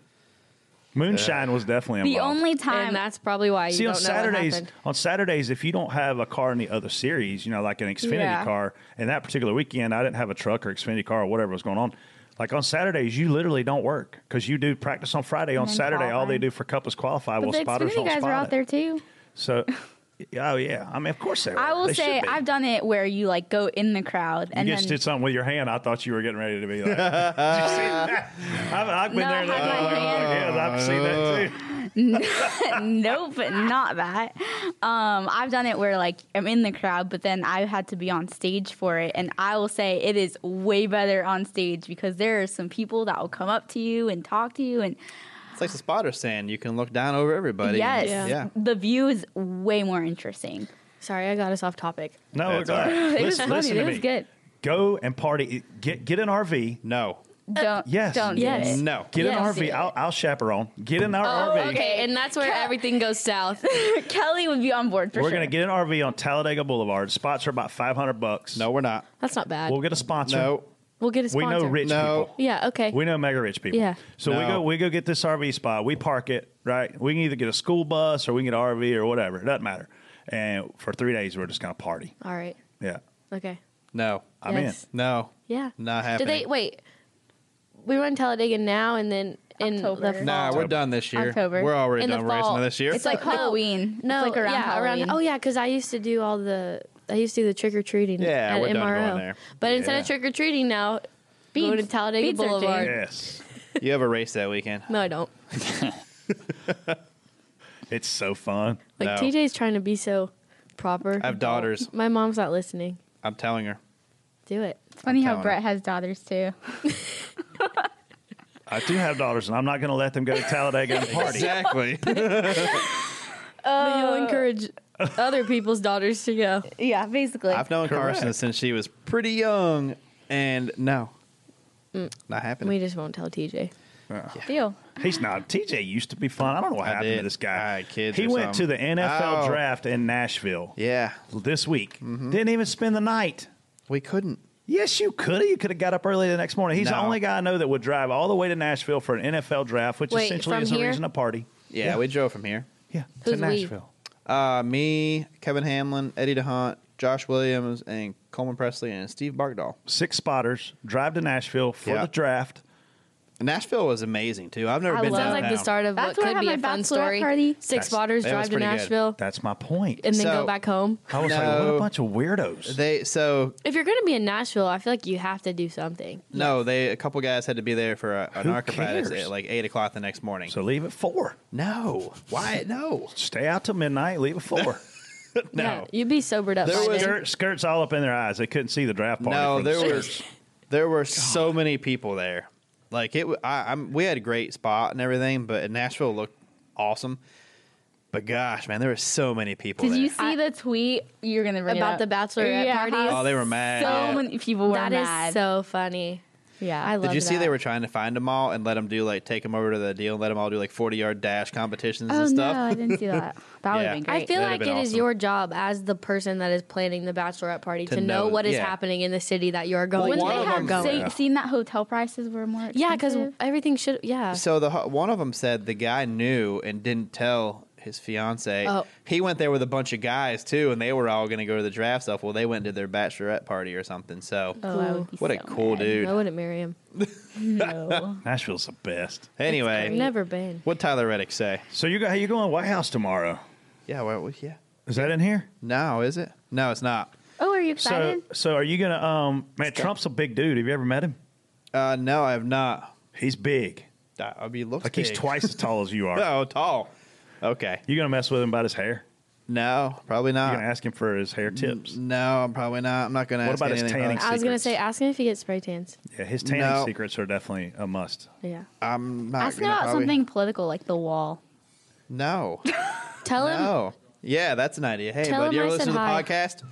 S4: Moonshine was definitely
S2: Uh, the
S4: involved.
S2: only time
S5: and that's probably why you
S4: See
S5: don't
S4: on
S5: know
S4: Saturdays,
S5: what happened.
S4: on Saturdays, if you don't have a car in the other series, you know, like an Xfinity
S2: Yeah.
S4: car, and that particular weekend, I didn't have a truck or Xfinity car or whatever was going on. Like on Saturdays, you literally don't work because you do practice on Friday. on
S2: then
S4: Saturday, all
S2: qualify.
S4: they do for Cup is qualify.
S2: but
S4: well,
S2: the
S4: spotters
S2: Xfinity
S4: don't
S2: guys
S4: spot
S2: are
S4: it.
S2: out there too.
S4: So, oh yeah, I mean, of course they. Were.
S2: I will
S4: They should
S2: say
S4: be.
S2: I've done it where you like go in the crowd and
S4: you
S2: then
S4: just did something with your hand. I thought you were getting ready to be like. Did you see that? I've, I've been
S2: No,
S4: there.
S2: I
S4: That
S2: had my
S4: way. I'm like, yeah, I've seen that too.
S2: nope, not that. Um, I've done it where like I'm in the crowd, but then I had to be on stage for it, and I will say it is way better on stage because there are some people that will come up to you and talk to you, and
S6: It's like the spotter saying you can look down over everybody.
S2: yes,
S6: yeah. yeah.
S2: the view is way more interesting.
S5: Sorry, I got us off topic.
S4: No,
S6: That's
S4: it's all right.
S2: It was
S4: Listen,
S2: funny.
S4: listen
S2: it
S4: to
S2: was
S4: me.
S2: good.
S4: Go and party. Get get an RV.
S6: No.
S2: Don't
S4: yes.
S2: don't do
S5: Yes.
S2: it.
S6: No.
S4: Get
S2: Yes.
S4: an RV. I'll, I'll chaperone. Get in our
S5: Oh,
S4: RV.
S5: okay, and that's where everything goes south.
S2: Kelly would be on board for
S4: We're
S2: sure.
S4: gonna get an RV on Talladega Boulevard. Spots are about five hundred bucks.
S6: No, we're not.
S5: That's not bad.
S4: we'll get a sponsor.
S6: No.
S5: We'll get a
S4: we
S5: sponsor.
S4: know rich
S6: No.
S4: people.
S5: Yeah. Okay.
S4: We know mega rich people.
S5: Yeah.
S4: So we
S6: No.
S4: go we go get this RV spot. We park it right. We can either get a school bus or we can get an RV or whatever. It doesn't matter. And for three days, we're just gonna party.
S5: All right.
S4: Yeah.
S5: Okay.
S6: No.
S4: I'm
S5: Yes.
S4: in.
S6: No.
S5: Yeah.
S6: Not
S5: Did
S6: happening.
S5: they wait? We run Talladega now, and then in
S2: October.
S5: the fall.
S6: Nah, we're done this year.
S2: October.
S6: We're already
S5: In the
S6: done
S5: fall.
S6: racing this year.
S2: It's like
S5: No,
S2: Halloween.
S5: No,
S2: it's like around
S5: yeah,
S2: Halloween.
S5: oh yeah, because I used to do all the I used to do the trick or treating.
S6: Yeah,
S5: at
S6: we're
S5: MRO.
S6: done going there.
S5: But instead of
S6: Yeah.
S5: trick or treating now,
S2: Beads.
S5: go to Talladega
S2: Beads are
S5: Boulevard.
S2: cheap.
S4: Yes.
S6: you have a race that weekend.
S5: No, I don't.
S4: It's so fun.
S5: Like
S6: No.
S5: TJ's trying to be so proper.
S6: I have daughters.
S5: My mom's not listening.
S6: I'm telling her.
S5: Do it.
S2: It's funny how
S6: telling
S2: Brett
S6: you.
S2: has daughters too.
S4: I do have daughters, and I'm not gonna let them go to Talladega and party.
S6: Exactly.
S5: but you'll encourage other people's daughters to go.
S2: Yeah, basically.
S6: I've known Carson
S4: Correct.
S6: since she was pretty young, and no, not happening.
S5: Mm. We just won't tell TJ.
S2: Deal.
S4: He's not. TJ used to be fun. I don't know what
S6: I
S4: happened to
S6: did.
S4: this guy.
S6: I had kids
S4: he
S6: or
S4: went to
S6: something.
S4: the NFL
S6: Oh.
S4: draft in Nashville
S6: yeah, Mm-hmm.
S4: this week. Didn't even spend the night.
S6: we couldn't.
S4: Yes, you could have. You could have got up early the next morning. He's the
S6: No.
S4: only guy I know that would drive all the way to Nashville for an NFL draft, which
S5: Wait,
S4: essentially
S5: from
S4: is a
S5: here?
S4: reason to party.
S6: Yeah, we drove from here.
S4: Yeah,
S5: Who's
S4: to
S5: we?
S4: Nashville.
S6: Uh, me, Kevin Hamlin, Eddie DeHunt, Josh Williams, and Coleman Presley, and Steve Barkdahl.
S4: Six spotters drive to Nashville for
S6: Yeah.
S4: the draft.
S8: Nashville was amazing too. I've never
S5: I
S8: been
S5: love
S8: to
S5: sounds
S8: that
S5: like the
S8: town.
S5: start of
S9: That's where
S5: what
S9: I
S5: could
S9: had
S5: be
S9: my
S5: a fun
S9: bottled
S5: story.
S9: party.
S5: Six
S8: That's-
S5: spotters
S8: that was
S5: drive to
S8: pretty good.
S5: Nashville
S4: That's my point.
S5: and then
S8: So-
S5: go back home.
S4: I was like, what
S8: No.
S4: a bunch of weirdos.
S8: They so
S5: If you're gonna be in Nashville, I feel like you have to do something.
S8: no, they a couple guys had to be there for a, an
S4: Who
S8: archipelago
S4: cares?
S8: at like eight o'clock the next morning.
S4: so leave at four.
S8: no, why no?
S4: Stay out till midnight. Leave at four.
S8: No.
S5: Yeah, you'd be sobered up.
S8: There
S5: by
S8: was-
S5: then.
S4: Skirt, skirts all up in their eyes. They couldn't see the draft party.
S8: No,
S4: from the
S8: there were
S4: skirts.
S8: there were so many people there. Like it, w- I, am we had a great spot and everything, but Nashville looked awesome. But gosh, man, there were so many people.
S2: Did
S8: there.
S2: you see the tweet? You're gonna bring it
S5: About
S2: up.
S5: the bachelorette
S2: yeah,
S5: party?
S2: how
S8: Oh, they were mad.
S2: So
S8: Yeah.
S2: many people were
S5: That is
S2: mad.
S5: so funny.
S2: yeah,
S5: I love
S8: Did you see
S5: that.
S8: they were trying to find them all and let them do like take them over to the deal and let them all do like 40 yard dash competitions
S2: Oh
S8: and
S2: no,
S8: stuff?
S2: I didn't see that. That would
S8: Yeah.
S2: have been great.
S5: I feel like
S8: That'd have
S5: it is
S8: been awesome.
S5: your job as the person that is planning the bachelorette party to,
S8: To
S5: know,
S8: know-
S5: what is
S8: yeah.
S5: happening in the city that you are going
S9: Wouldn't
S5: to.
S9: they
S8: of
S9: have
S8: them-
S9: se-
S8: Yeah.
S9: seen that hotel prices were more
S5: yeah, because
S9: expensive?
S5: everything should. Yeah.
S8: So the ho- one of them said the guy knew and didn't tell his fiance.
S5: Oh.
S8: He went there with a bunch of guys too, and they were all going to go to the draft stuff. Well, they went to their bachelorette party or something. So
S5: oh, I would be
S8: what a
S2: so
S8: cool
S2: mad.
S8: dude.
S5: I wouldn't marry him.
S2: No.
S4: Nashville's the best.
S8: Anyway,
S5: Never been.
S8: what Tyler Reddick say?
S4: So you go, hey, you going to White House tomorrow?
S8: Yeah, well, yeah.
S4: Is that in here?
S8: No, is it? No, it's not.
S9: Oh, are you
S4: So,
S9: excited?
S4: so are you gonna? Um, man, Trump's a big dude. Have you ever met him?
S8: Uh, no, I have not.
S4: He's big.
S8: I- I'll be looking.
S4: Like he's twice as tall as you are.
S8: No, tall. Okay.
S4: You gonna mess with him about his hair?
S8: No, probably
S4: You
S8: not.
S4: gonna ask him for his hair tips?
S8: No, I'm probably not. I'm not going
S4: What
S8: to Uh, ask
S4: about his
S8: anything.
S4: tanning?
S5: I was gonna
S4: secrets.
S5: say, ask him if he gets spray tans.
S4: Yeah, his tanning
S8: No.
S4: secrets are definitely a must.
S5: Yeah.
S8: I'm not
S2: Ask me
S8: gonna
S2: about
S8: probably-
S2: something political like the wall.
S8: No.
S5: Tell him.
S8: no. Yeah, that's an idea. Hey,
S5: Tell
S8: bud, you
S5: him
S8: ever
S5: I
S8: listen
S5: said
S8: to the
S5: hi.
S8: podcast?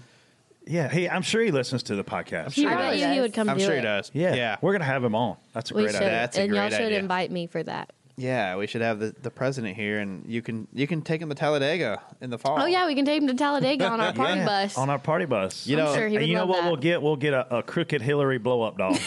S4: Yeah, he. I'm sure he listens to the podcast.
S2: sure
S5: I
S2: he
S5: bet
S2: does.
S5: you he would come
S8: I'm
S5: do
S8: sure
S5: it.
S8: he does.
S4: Yeah,
S8: Yeah.
S4: we're gonna have him on. That's a
S5: We
S4: great
S5: should,
S4: idea.
S8: That's a
S5: and y'all
S8: great
S5: should
S8: idea.
S5: invite me for that.
S8: Yeah, we should have the, the president here, and you can you can take him to Talladega in the fall.
S5: Oh yeah, we can take him to Talladega on our party
S4: Yeah,
S5: bus.
S4: on our party bus.
S8: You
S5: I'm
S8: know-
S5: sure he
S4: And
S5: would
S4: you know
S5: love
S4: what
S5: that.
S4: we'll get? We'll get a, a crooked Hillary blow up doll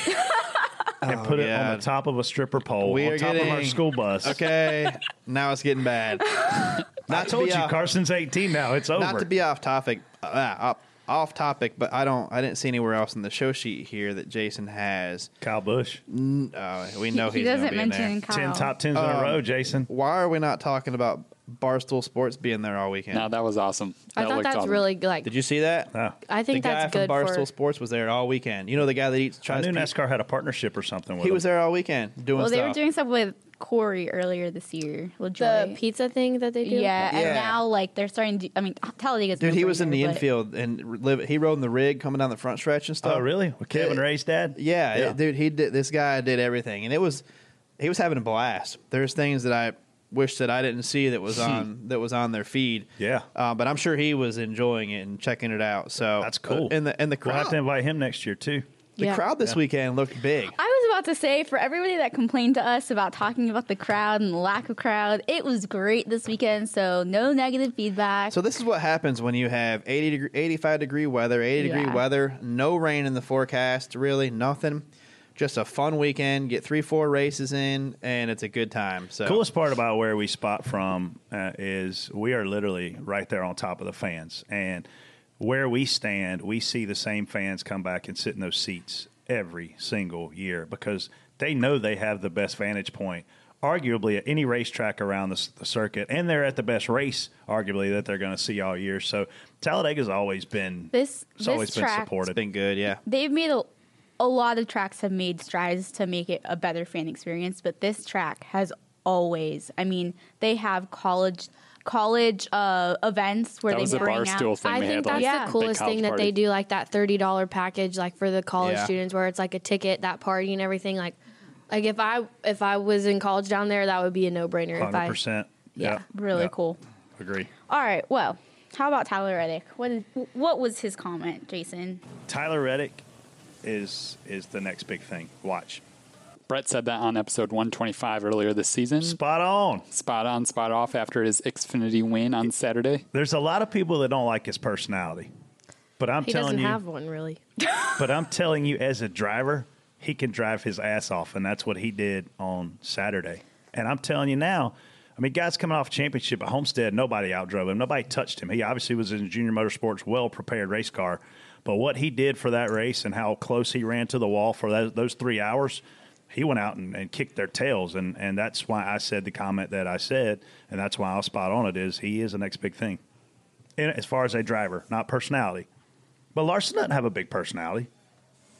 S4: and put it on
S8: yeah.
S4: the top of a stripper pole
S8: We
S4: on
S8: are
S4: top of our
S8: getting-
S4: school bus.
S8: Okay, now it's getting bad.
S4: I
S8: to
S4: told
S8: be
S4: you,
S8: off-
S4: Carson's 18 now. It's over.
S8: Not to be off topic, uh, off, off topic, but I don't I didn't see anywhere else in the show sheet here that Jason has.
S4: Kyle Bush.
S8: Uh, we know
S2: he
S8: he's gonna
S2: doesn't
S8: be in there.
S2: mention Kyle.
S4: 10 top 10s
S8: Um,
S4: in a row, Jason.
S8: Why are we not talking about Barstool Sports being there all weekend?
S7: No, that was awesome.
S5: I
S7: That
S5: thought
S7: looked
S5: that's
S7: awesome.
S5: really like.
S8: Did you see that?
S4: Oh.
S5: I think
S8: the guy
S5: that's
S8: from
S5: good
S8: Barstool
S5: for.
S8: Sports was there all weekend. You know the guy that eats
S4: I
S8: tries
S4: knew
S8: to eat-
S4: NASCAR had a partnership or something with
S8: He
S4: him.
S8: was there all weekend doing
S2: Well, they were
S8: stuff.
S2: doing stuff with Corey earlier this year. With
S5: the
S2: Joy.
S5: pizza thing that they do.
S2: yeah, and
S8: Yeah.
S2: now like they're starting. to I mean, Talladega's
S8: Dude, he was in the
S2: no-brainer, but-
S8: infield and live, he rode in the rig coming down the front stretch and stuff.
S4: Oh, really? With Kevin Ray's dad?
S8: uh, Yeah,
S4: Yeah.
S8: it- dude, he did. This guy did everything, and it was he was having a blast. There's things that I wish that I didn't see that was on that was on their feed.
S4: Hmm. Yeah.
S8: uh, but I'm sure he was enjoying it and checking it out. So
S4: That's cool.
S8: Uh, and the and the
S4: We'll
S8: crowd
S4: have to invite him next year, too.
S8: the
S5: Yeah.
S8: crowd this weekend looked big.
S2: I was about to say for everybody that complained to us about talking about the crowd and the lack of crowd, it was great this weekend. So no negative feedback.
S8: So this is what happens when you have 80 degree, 85 degree weather, 80 degree
S2: Yeah.
S8: weather, no rain in the forecast, really nothing. Just a fun weekend, get 3 4 races in and it's a good time. So
S4: Coolest part about where we spot from uh, is we are literally right there on top of the fans, and where we stand, we see the same fans come back and sit in those seats every single year because they know they have the best vantage point, arguably at any racetrack around the, s- the circuit, and they're at the best race, arguably that they're going to see all year. So Talladega's always been
S2: This-
S4: it's
S2: this
S4: always been
S2: track-
S8: It's
S4: supported.
S8: been good, yeah.
S2: They've made a, a lot of tracks have made strides to make it a better fan experience, but this track has always. I mean, they have college college uh, events where
S7: that
S2: they
S7: was a
S2: bring
S7: barstool
S2: out.
S7: thing.
S5: I
S7: they
S5: think
S7: had,
S5: that's
S7: like,
S2: Yeah.
S5: the
S7: big
S5: coolest
S7: college
S5: thing that they
S7: party.
S5: do, like that thirty dollar package, like for the college
S8: Yeah.
S5: students, where it's like a ticket, that party, and everything. Like, like if I if I was in college down there, that would be a no brainer. If
S4: Hundred
S5: I
S4: percent.
S5: Yeah,
S2: Really cool.
S4: Agree.
S2: All right. Well, how about Tyler Reddick? What is, what was his comment, Jason?
S4: Tyler Reddick is is the next big thing. Watch.
S7: Brett said that on episode 125 earlier this season.
S4: Spot on.
S7: Spot on, spot off after his Xfinity win on Saturday.
S4: There's a lot of people that don't like his personality, but I'm
S5: he
S4: telling
S5: doesn't
S4: you,
S5: have one really.
S4: but I'm telling you, as a driver, he can drive his ass off, and that's what he did on Saturday. And I'm telling you now, I mean, guys coming off championship at Homestead, nobody outdrove him, nobody touched him. He obviously was in junior motorsports, well prepared race car, but what he did for that race and how close he ran to the wall for those, those three hours, he went out and, and kicked their tails, and and that's why I said the comment that I said, and that's why I'll spot on it is he is the next big thing, and as far as a driver, not personality, but Larson doesn't have a big personality.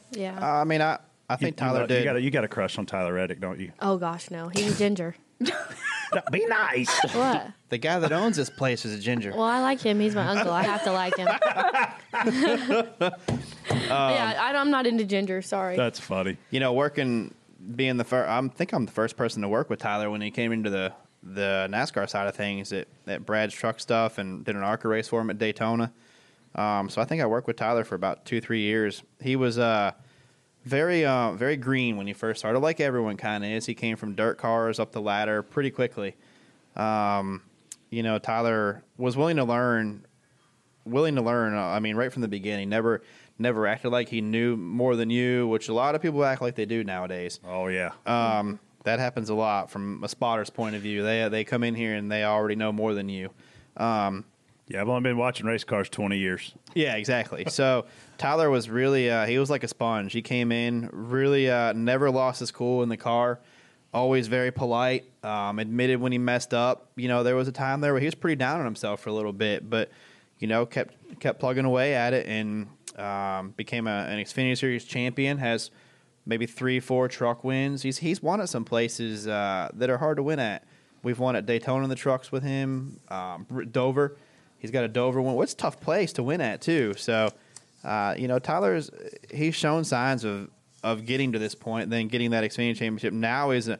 S5: Yeah.
S2: Um,
S6: I mean, I I think
S4: you,
S6: Tyler
S4: you,
S6: did.
S4: got a, you got a crush on Tyler Reddick, don't you?
S5: oh gosh, no. He's a ginger.
S4: Be nice.
S5: what?
S6: the guy that owns this place is a ginger.
S5: Well, I like him. He's my uncle. I have to like him. yeah, I, I'm not into ginger. Sorry.
S4: That's funny.
S6: you know, working, being the first, I think I'm the first person to work with Tyler when he came into the the NASCAR side of things at, at Brad's truck stuff and did an ARCA race for him at Daytona. Um, so I think I worked with Tyler for about two, three years. He was uh, very, uh, very green when he first started, like everyone kind of is. He came from dirt cars up the ladder pretty quickly. Um, you know, Tyler was willing to learn willing to learn. uh, I mean, right from the beginning, never never acted like he knew more than you, which a lot of people act like they do nowadays.
S4: Oh yeah.
S6: Um, that happens a lot from a spotter's point of view. They they come in here and they already know more than you. Um,
S4: yeah, I've only been watching race cars twenty years.
S6: yeah, exactly. So Tyler was really uh, he was like a sponge. He came in really uh, never lost his cool in the car. Always very polite. Um, admitted when he messed up. You know, there was a time there where he was pretty down on himself for a little bit, but you know kept kept plugging away at it and um, became a, an Xfinity Series champion. Has maybe three, four truck wins. He's he's won at some places uh, that are hard to win at. We've won at Daytona in the trucks with him, um, Br- Dover. He's got a Dover one. What's a tough place to win at too? So, uh, you know, Tyler's he's shown signs of of getting to this point, then getting that Xfinity championship. Now is a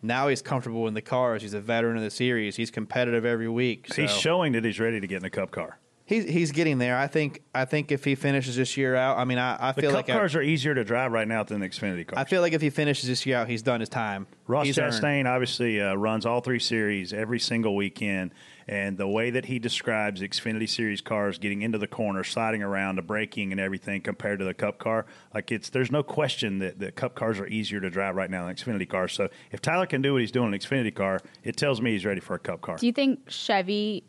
S6: now he's comfortable in the cars. He's a veteran of the series. He's competitive every week. So
S4: He's showing that he's ready to get in a cup car.
S6: he's he's getting there. I think I think if he finishes this year out, I mean, I, I
S4: The
S6: feel
S4: cup
S6: like I,
S4: cars are easier to drive right now than the Xfinity cars.
S6: I feel like if he finishes this year out, he's done his time.
S4: Ross
S6: he's earned.
S4: Chastain obviously uh, runs all three series every single weekend, and the way that he describes Xfinity Series cars getting into the corner, sliding around, the braking, and everything compared to the Cup car, like it's there's no question that the Cup cars are easier to drive right now than Xfinity cars. So if Tyler can do what he's doing in an Xfinity car, it tells me he's ready for a Cup car.
S2: Do you think Chevy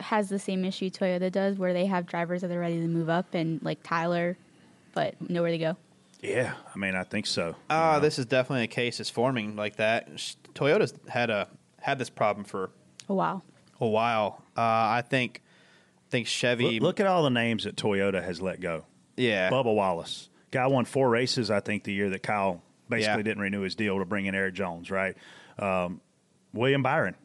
S2: has the same issue Toyota does, where they have drivers that are ready to move up and like Tyler, but nowhere to go?
S4: yeah, I mean I think so.
S6: Ah, this is definitely a case that's forming like that. Sh- Toyota's had a had this problem for
S2: Oh wow,
S6: a while. Uh, I think think Chevy.
S4: Look, look at all the names that Toyota has let go.
S6: yeah,
S4: Bubba Wallace. Guy won four races, I think, the year that Kyle basically
S6: Yeah.
S4: didn't renew his deal to bring in Eric Jones, right? Um, William Byron.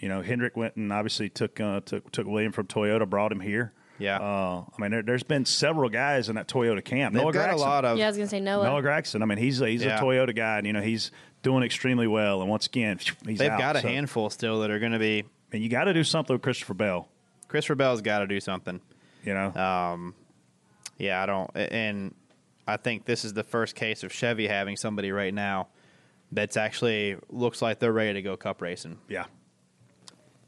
S4: You know, Hendrick went and obviously took uh, took took William from Toyota, brought him here.
S6: Yeah.
S4: Uh, I mean, there, there's been several guys in that Toyota camp.
S6: they've
S4: Noah
S6: got
S4: Gragson.
S6: a lot of
S5: yeah, I was gonna say Noah.
S4: Noah Gregson. I mean, he's a, he's
S6: Yeah.
S4: a Toyota guy, and you know he's doing extremely well. And once again, he's
S6: they've
S4: out.
S6: got a
S4: So-
S6: handful still that are going to be.
S4: And you got to do something with Christopher Bell.
S6: Christopher Bell's got to do something.
S4: You know,
S6: Uh, Yeah, I don't. And I think this is the first case of Chevy having somebody right now that's actually looks like they're ready to go cup racing.
S4: yeah.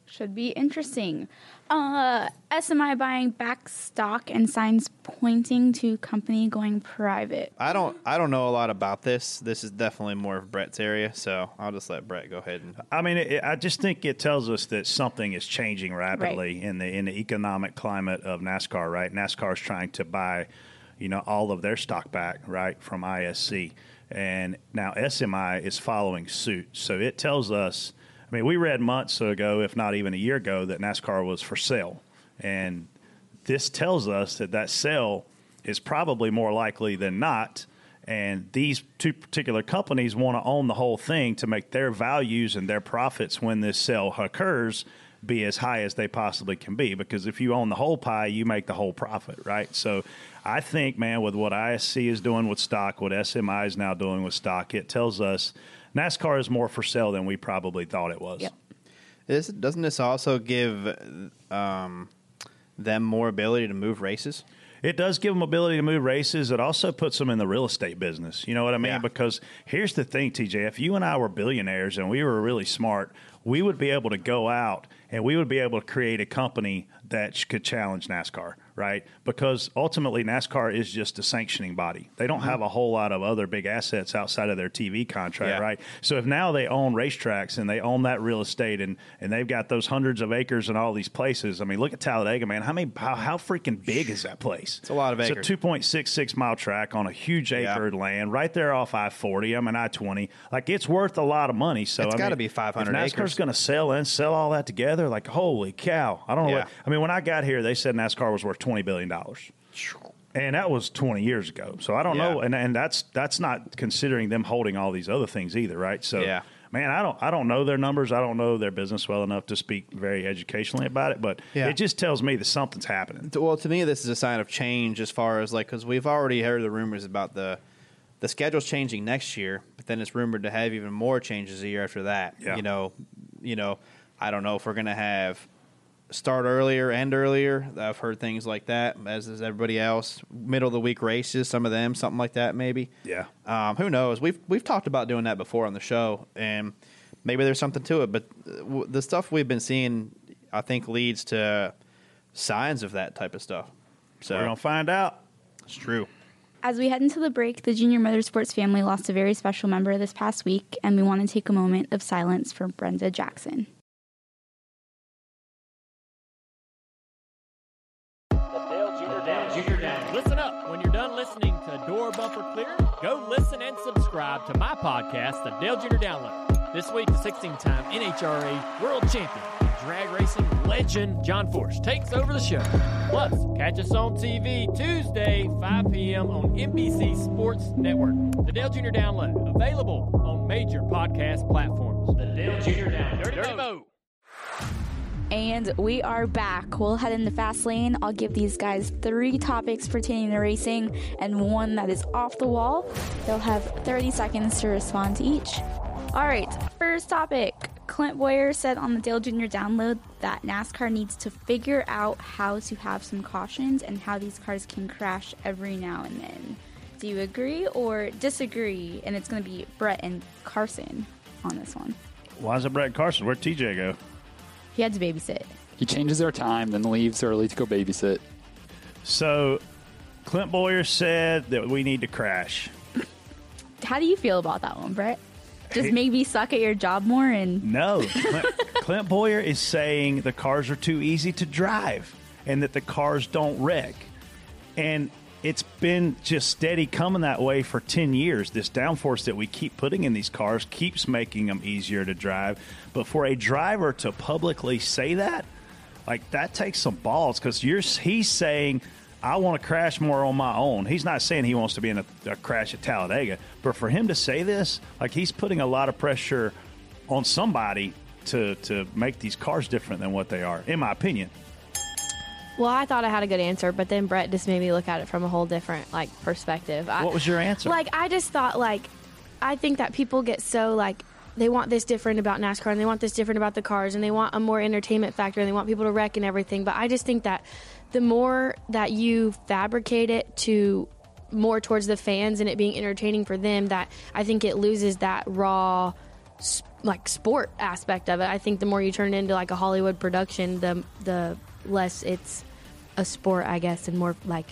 S2: should be interesting. Uh, SMI buying back stock and signs pointing to company going private.
S6: I don't. I don't know a lot about this. This is definitely more of Brett's area, so I'll just let Brett go ahead and
S4: I mean, it, I just think it tells us that something is changing rapidly in the in the economic climate of NASCAR. Right, NASCAR is trying to buy, you know, all of their stock back right from ISC, and now SMI is following suit. So it tells us. I mean, we read months ago, if not even a year ago, that NASCAR was for sale, and this tells us that that sale is probably more likely than not. And these two particular companies want to own the whole thing to make their values and their profits when this sale occurs be as high as they possibly can be. Because if you own the whole pie, you make the whole profit, right? So I think, man, with what ISC is doing with stock, what SMI is now doing with stock, it tells us NASCAR is more for sale than we probably thought it was.
S6: This doesn't this also give um, them more ability to move races?
S4: It does give them ability to move races. It also puts them in the real estate business. You know what I mean?
S6: Yeah.
S4: Because here's the thing, TJ. If you and I were billionaires and we were really smart, we would be able to go out and we would be able to create a company that sh- could challenge NASCAR. right? Because ultimately, NASCAR is just a sanctioning body. They
S6: Mm-hmm.
S4: don't have a whole lot of other big assets outside of their TV contract,
S6: Yeah.
S4: right? So if now they own racetracks and they own that real estate and, and they've got those hundreds of acres and all these places, I mean, look at Talladega, man. How many? How, how freaking big is that place? It's
S6: a lot of
S4: It's a
S6: acres.
S4: 2.66 mile track on a huge
S6: Yeah.
S4: acre land right there off I 40. I mean, I 20. Like, it's worth a lot of money. So
S6: It's
S4: I
S6: gotta
S4: mean,
S6: be 500
S4: if NASCAR's
S6: acres.
S4: going to sell and sell all that together. Like, holy cow. I don't know.
S6: Yeah.
S4: What, I mean, when I got here, they said NASCAR was worth $20 billion. And that was 20 years ago. So I don't
S6: Yeah.
S4: know. And, and that's that's not considering them holding all these other things either, right? So,
S6: Yeah.
S4: man, I don't I don't know their numbers. I don't know their business well enough to speak very educationally about it. But
S6: Yeah.
S4: it just tells me that something's happening.
S6: To- well to me this is a sign of change as far as like because we've already heard the rumors about the the schedule's changing next year but then it's rumored to have even more changes a year after that
S4: Yeah.
S6: you know you know i don't know if we're gonna have start earlier end earlier i've heard things like that as is everybody else middle of the week races some of them something like that maybe
S4: Yeah.
S6: um, who knows? We've we've talked about doing that before on the show, and maybe there's something to it. But uh, w- the stuff we've been seeing, I think, leads to signs of that type of stuff. So
S4: We're going to find out.
S6: it's true.
S2: As we head into the break, the Junior Motorsports family lost a very special member this past week, and we want to take a moment of silence for Brenda Jackson.
S10: Dale Junior down. Junior down. Listen up. When you're done listening to Door Bumper Clear, go listen and subscribe to my podcast, The Dale Junior Download. This week, the 16-time NHRA World Champion, and drag racing legend John Force takes over the show. Plus, catch us on TV Tuesday, 5 p.m. on NBC Sports Network. The Dale Junior Download available on major podcast platforms. The Dale Junior Download. Dirty, Mo.
S2: And we are back. We'll head into fast lane. I'll give these guys three topics pertaining to racing and one that is off the wall. They'll have 30 seconds to respond to each. All right, first topic. Clint Boyer said on the Dale Jr. download that NASCAR needs to figure out how to have some cautions and how these cars can crash every now and then. Do you agree or disagree? And it's going to be Brett and Carson on this one.
S4: Why is it Brad Carson? Where'd TJ go?
S8: He had to babysit.
S7: He changes their time, then leaves early to go babysit.
S4: So, Clint Boyer said that we need to crash.
S8: How do you feel about that one, Brett?
S2: Just
S4: Hey.
S2: make me suck at your job more and
S4: No, Clint, Clint Boyer is saying the cars are too easy to drive and that the cars don't wreck. And it's been just steady coming that way for 10 years. This downforce that we keep putting in these cars keeps making them easier to drive. But for a driver to publicly say that, like that takes some balls because you're he's saying I want to crash more on my own. He's not saying he wants to be in a, a crash at Talladega, but for him to say this, like he's putting a lot of pressure on somebody to to make these cars different than what they are, in my opinion.
S5: Well, I thought I had a good answer, but then Brett just made me look at it from a whole different like perspective. I,
S4: What was your answer?
S5: Like I just thought like I think that people get so like they want this different about NASCAR and they want this different about the cars and they want a more entertainment factor and they want people to wreck and everything, but I just think that the more that you fabricate it to more towards the fans and it being entertaining for them that I think it loses that raw s- like sport aspect of it. I think the more you turn it into like a Hollywood production, the the less it's a sport, I guess, and more like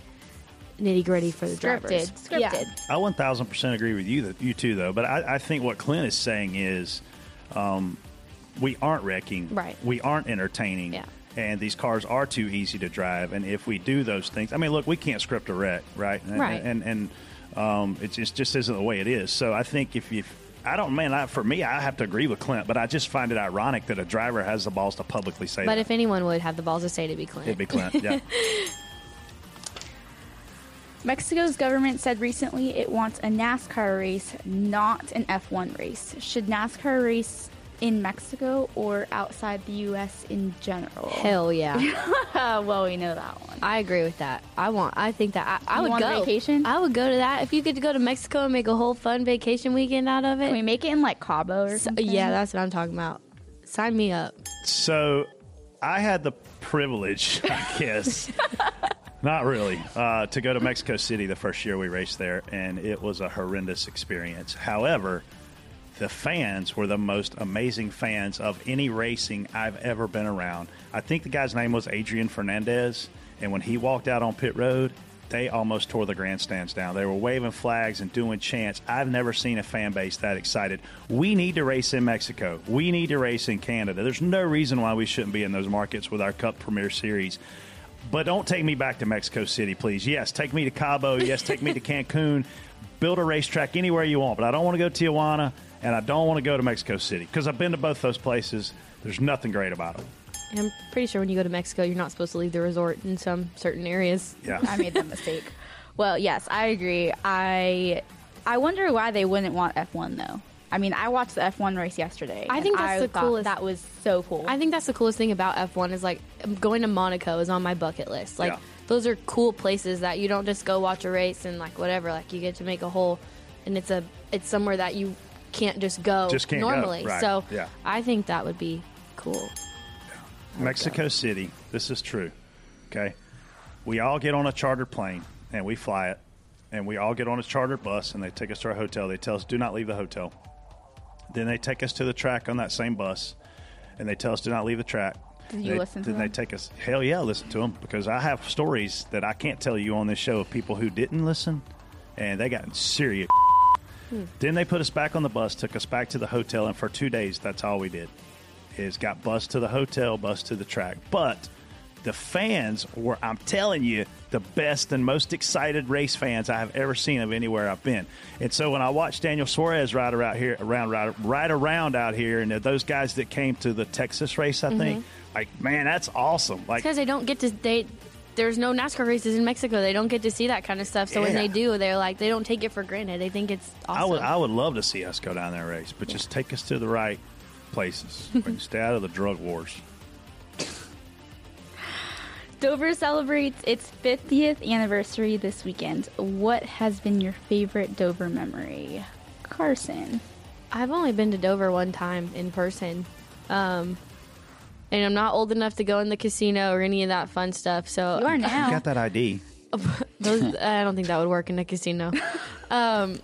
S5: nitty gritty for the drivers.
S8: Scripted. Scripted.
S5: Yeah.
S4: I one thousand percent agree with you that you too though. But I, I think what Clint is saying is, um, we aren't wrecking,
S5: Right.
S4: We aren't entertaining,
S5: Yeah.
S4: and these cars are too easy to drive. And if we do those things, I mean, look, we can't script a wreck, right? And,
S5: Right.
S4: And and, um, it just just isn't the way it is. So I think if you. I don't, man. I, for me, I have to agree with Clint, but I just find it ironic that a driver has the balls to publicly say
S5: But
S4: that.
S5: if anyone would have the balls to say to be Clint,
S4: It'd be Clint, yeah.
S2: Mexico's government said recently it wants a NASCAR race, not an F1 race. Should NASCAR race in Mexico or outside the U.S. in general?
S5: hell yeah,
S2: Uh, well, we know that one.
S5: I agree with that. I want. I think that I, I
S2: You
S5: would
S2: want a
S5: go
S2: vacation?
S5: I would go to that if you could go to Mexico and make a whole fun vacation weekend out of it.
S2: Can we make it in like Cabo or
S5: So-
S2: something?
S5: yeah, that's what I'm talking about. Sign me up.
S4: So I had the privilege, I guess. Not really. Uh, to go to Mexico City the first year we raced there, and it was a horrendous experience. However, the fans were the most amazing fans of any racing I've ever been around. I think the guy's name was Adrian Fernandez, And when he walked out on pit road, they almost tore the grandstands down. They were waving flags and doing chants. I've never seen a fan base that excited. We need to race in Mexico. We need to race in Canada. There's no reason why we shouldn't be in those markets with our Cup Premier Series. But don't take me back to Mexico City, please. Yes, take me to Cabo. Yes, take me to Cancun. Build a racetrack anywhere you want, but I don't want to go to Tijuana and I don't want to go to Mexico City because I've been to both those places. There's nothing great about them.
S5: And I'm pretty sure when you go to Mexico, you're not supposed to leave the resort in some certain areas.
S4: Yeah.
S8: I made that mistake. Well, yes, I agree. I I wonder why they wouldn't want F1 though. I mean, I watched the F1 race yesterday.
S5: I
S8: and
S5: think that's the
S8: thought
S5: coolest-
S8: That was so cool.
S5: I think that's the coolest thing about F1 is like going to Monaco is on my bucket list. Like
S4: Yeah.
S5: those are cool places that you don't just go watch a race and like whatever. Like you get to make a whole, and it's a it's somewhere that you can't just go
S4: Just can't go,
S5: normally.
S4: right,
S5: So
S4: yeah.
S5: I think that would be cool.
S4: Mexico City, this is true. Okay. We all get on a chartered plane and we fly it. And we all get on a chartered bus and they take us to our hotel. They tell us, do not leave the hotel. Then they take us to the track on that same bus and they tell us, do not leave the track.
S8: Did you
S4: They-
S8: listen to
S4: Then they
S8: them?
S4: take us, hell yeah, listen to them because I have stories that I can't tell you on this show of people who didn't listen and they got in serious.
S8: Hmm.
S4: Then they put us back on the bus, took us back to the hotel, and for two days, that's all we did is got bused to the hotel, bused to the track. But the fans were, I'm telling you, the best and most excited race fans I have ever seen of anywhere I've been. And so when I watched Daniel Suarez ride around here, around right, right around out here, and those guys that came to the Texas race, I think, like man, that's awesome. Like
S5: Because they don't get to they. There's no NASCAR races in Mexico. They don't get to see that kind of stuff. So when
S4: Yeah.
S5: they do, they're like they don't take it for granted. They think it's awesome.
S4: I would, I would love to see us go down there and race, but just take us to the right places. we can stay out of the drug wars.
S2: Dover celebrates its 50th anniversary this weekend. What has been your favorite Dover memory? Carson.
S5: I've only been to Dover one time in person. Um, and I'm not old enough to go in the casino or any of that fun stuff. So
S2: You are
S4: You
S2: now.
S4: got that ID?
S5: those, I don't think that would work in a casino. Um,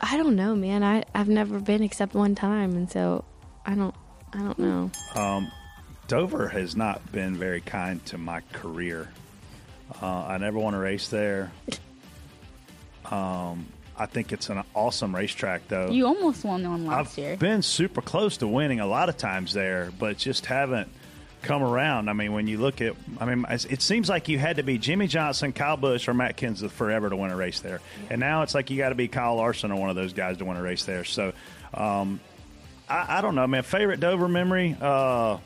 S5: I don't know, man. I, I've never been except one time. And so I don't, I don't know.
S4: Dover has not been very kind to my career. Uh, I never won a race there. Um, I think it's an awesome racetrack, though.
S2: You almost won one last
S4: I've
S2: year.
S4: been super close to winning a lot of times there, but just haven't come around. I mean, when you look at, I mean, it's- it seems like you had to be Jimmy Johnson, Kyle Busch, or Matt Kenseth forever to win a race there, and now it's like you got to be Kyle Larson or one of those guys to win a race there. So, um, I, I don't know, man. Favorite Dover memory? Uh,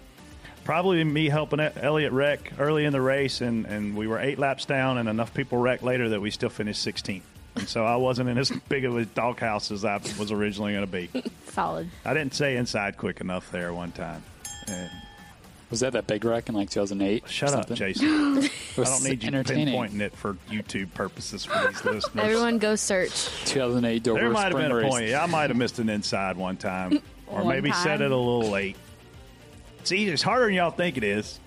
S4: Probably me helping E- Elliot wreck early in the race, and, and we were eight laps down, and enough people wrecked later that we still finished 16th. And so I wasn't in as big of a doghouse as I was originally going to be.
S8: Solid.
S4: I didn't say inside quick enough there one time. And
S7: Was that that big wreck in like 2008?
S4: shut
S7: something?
S4: up, Jason.
S7: It
S4: I
S7: was
S4: don't need you
S7: entertaining.
S4: pinpointing it for YouTube purposes for these listeners.
S5: Everyone go search.
S7: 2008 Dover
S4: there might have
S7: Spring
S4: been a
S7: Race.
S4: point. I might have missed an inside one time, or
S8: One
S4: maybe said
S8: time.
S4: it a little late. It's easy. It's harder than y'all think it is.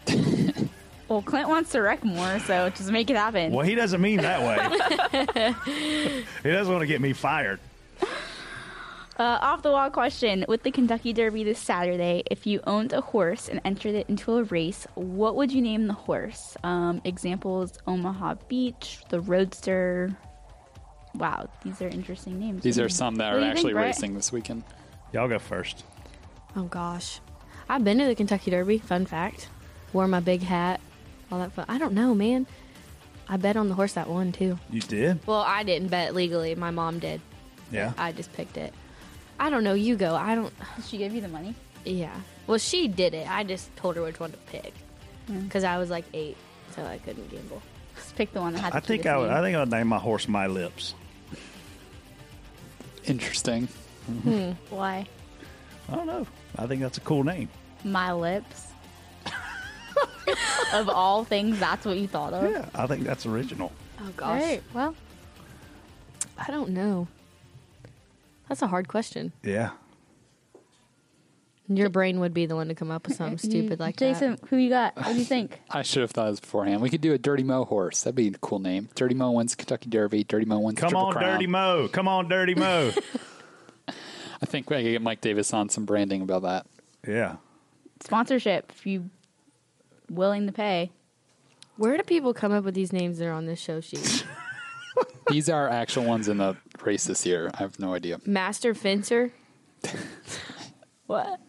S8: Well, Clint wants to wreck more, so just make it happen.
S4: Well, he doesn't mean that way. he doesn't want to get me fired.
S2: Uh, off the wall question with the Kentucky Derby this Saturday, if you owned a horse and entered it into a race, what would you name the horse? Um, examples Omaha Beach, the Roadster. Wow, these are interesting names.
S7: These are some
S2: What
S7: that
S2: do
S7: are
S2: you think,
S7: actually
S2: Brett?
S7: racing this weekend.
S4: Y'all go first.
S5: Oh gosh, I've been to the Kentucky Derby. Fun fact: wore my big hat, all that fun. I don't know, man. I bet on the horse that won too.
S4: You did?
S5: Well, I didn't bet legally. My mom did.
S4: Yeah.
S5: I just picked it. I don't know. You go. I don't.
S2: Did she give you the money?
S5: Yeah. Well, she did it. I just told her which one to pick because I was like eight, so I couldn't gamble.
S2: Just pick the one that had. The
S4: I think
S2: cutest
S4: I, would,
S2: name.
S4: I think I'll name my horse My Lips.
S7: Interesting.
S2: Why?
S4: I don't know. I think that's a cool name.
S2: My lips. of all things, that's what you thought of.
S4: Yeah, I think that's original.
S5: Oh
S2: All
S5: gosh.
S2: right. Well,
S5: I don't know. That's a hard question.
S4: Yeah.
S5: Your brain would be the one to come up with something stupid like
S2: Jason, who you got? What do you think?
S7: I should have thought of this beforehand. We could do a Dirty Mo horse. That'd be a cool name. Dirty Mo wins Kentucky Derby. Dirty Mo wins
S4: Come
S7: Triple
S4: on,
S7: Crown.
S4: Dirty Mo. Come on, Dirty Mo.
S7: I think I could get Mike Davis on some branding about that.
S4: yeah.
S2: Sponsorship, if you willing to pay.
S5: Where do people come up with these names that are on this show sheet?
S7: These are actual ones in the race this year. I have no idea.
S5: Master Fencer? what?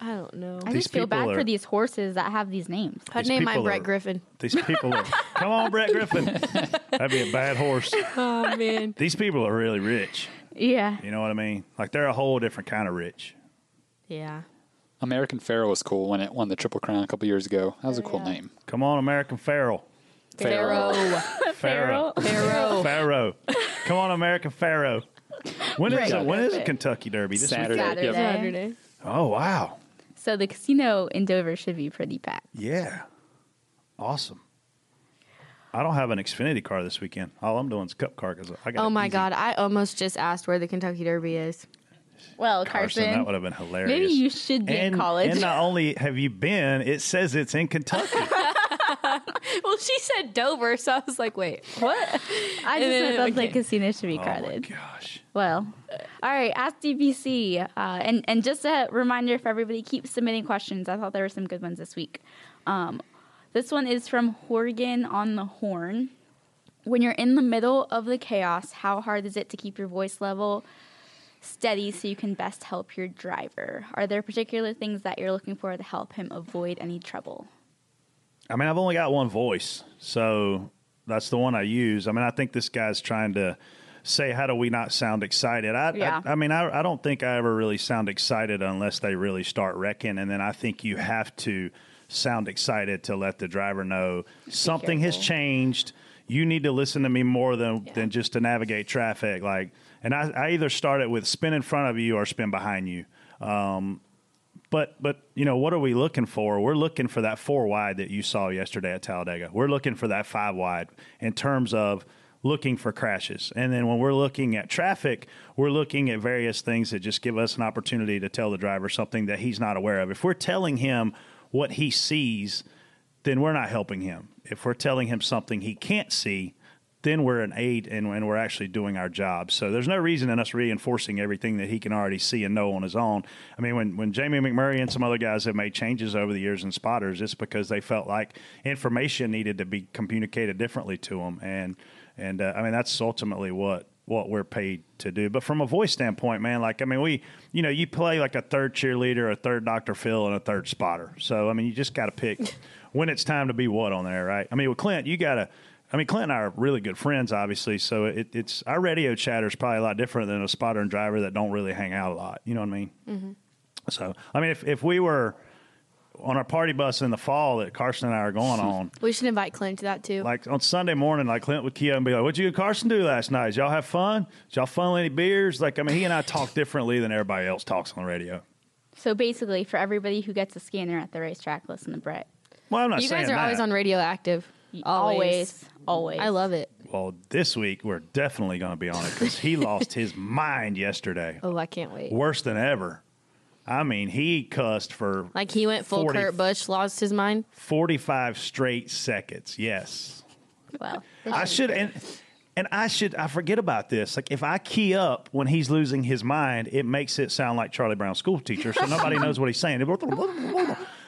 S5: I don't know.
S2: I
S4: These
S2: just feel bad
S4: people are-
S2: for these horses that have these names.
S5: I'd
S4: These
S5: name my
S4: people
S5: Brett
S4: are-
S5: Griffin.
S4: These people are. come on, Brett Griffin. That'd be a bad horse.
S5: Oh, man.
S4: These people are really rich.
S2: Yeah.
S4: You know what I mean? Like they're a whole different kind of rich.
S5: yeah.
S7: American Pharaoh was cool when it won the Triple Crown a couple years ago. That was a
S5: Oh,
S7: cool name.
S4: Come on, American Pharaoh.
S5: Pharaoh.
S4: Pharaoh.
S5: Pharaoh.
S4: Pharaoh. Come on, American Pharaoh. When is uh,
S2: Right.
S4: when is the Kentucky Derby? This
S7: Saturday.
S4: weekend?
S2: Saturday.
S7: Yep.
S5: Saturday.
S4: Oh wow.
S2: So the casino in Dover should be pretty packed.
S4: Yeah. Awesome. I don't have an Xfinity car this weekend. All I'm doing is cup car because I got.
S5: Oh
S4: it
S5: my
S4: easy.
S5: God! I almost just asked where the Kentucky Derby is.
S2: Well,
S4: Carson,
S2: Carson,
S4: that would have been hilarious.
S2: maybe you should be
S4: and,
S2: in college.
S4: And uh, not only have you been, it says it's in Kentucky.
S5: Well, she said Dover, so I was like, wait, what?
S2: I just
S5: no,
S2: thought
S5: no,
S2: that
S5: okay.
S2: the casino should be
S4: oh my
S2: crowded.
S4: gosh.
S2: Well, uh, all right, ask DPC. Uh, and, and just a reminder for everybody, keep submitting questions. I thought there were some good ones this week. Um, this one is from Horgan on the Horn. When you're in the middle of the chaos, how hard is it to keep your voice level steady so you can best help your driver? Are there particular things that you're looking for to help him avoid any trouble?
S4: I mean, I've only got one voice, so that's the one I use. I mean, I think this guy's trying to say, "How do we not sound excited?" I,
S2: Yeah.
S4: I, I mean, I, I don't think I ever really sound excited unless they really start wrecking, and then I think you have to sound excited to let the driver know something has changed. You need to listen to me more than than just to navigate traffic. Like, and I, I either start it with spin in front of you or spin behind you. Um, but but you know what are we looking for? We're looking for that four wide that you saw yesterday at Talladega. We're looking for that five wide in terms of looking for crashes. And then when we're looking at traffic, we're looking at various things that just give us an opportunity to tell the driver something that he's not aware of. If we're telling him what he sees, then we're not helping him. If we're telling him something he can't see, then we're an aid and, and we're actually doing our job. So there's no reason in us reinforcing everything that he can already see and know on his own. I mean, when, when Jamie McMurray and some other guys have made changes over the years in spotters, it's because they felt like information needed to be communicated differently to them. And, and uh, I mean, that's ultimately what what we're paid to do. But from a voice standpoint, man, like I mean, we you know you play like a third cheerleader, a third Doctor Phil, and a third spotter. So I mean, you just got to pick when it's time to be what on there, right? I mean, with Clint, you got to. I mean, Clint and I are really good friends, obviously. So it, it's our radio chatter is probably a lot different than a spotter and driver that don't really hang out a lot. You know what I mean? So I mean, if if we were on our party bus in the fall that Carson and I are going on,
S5: We should invite Clint to that too.
S4: like on Sunday morning, like Clint would key up and be like, "What'd you and Carson do last night? Did y'all have fun? Did y'all funnel any beers?" Like, I mean, he and I talk differently than everybody else talks on the radio.
S2: So basically, for everybody who gets a scanner at the racetrack, listen to Brett.
S4: Well, I'm not
S5: you
S4: saying
S5: guys are
S4: that.
S5: always on radio active. Always.
S2: Always. Always.
S5: I love it.
S4: well, this week we're definitely going to be on it because he lost his mind yesterday,
S5: Oh, I can't wait.
S4: worse than ever. I mean, he cussed for
S5: Like he went full
S4: 40.
S5: Kurt Busch, lost his mind.
S4: 45 straight seconds. Yes.
S2: Well,
S4: I should and and I should I forget about this. Like if I key up when he's losing his mind, it makes it sound like Charlie Brown's school teacher, so nobody knows what he's saying.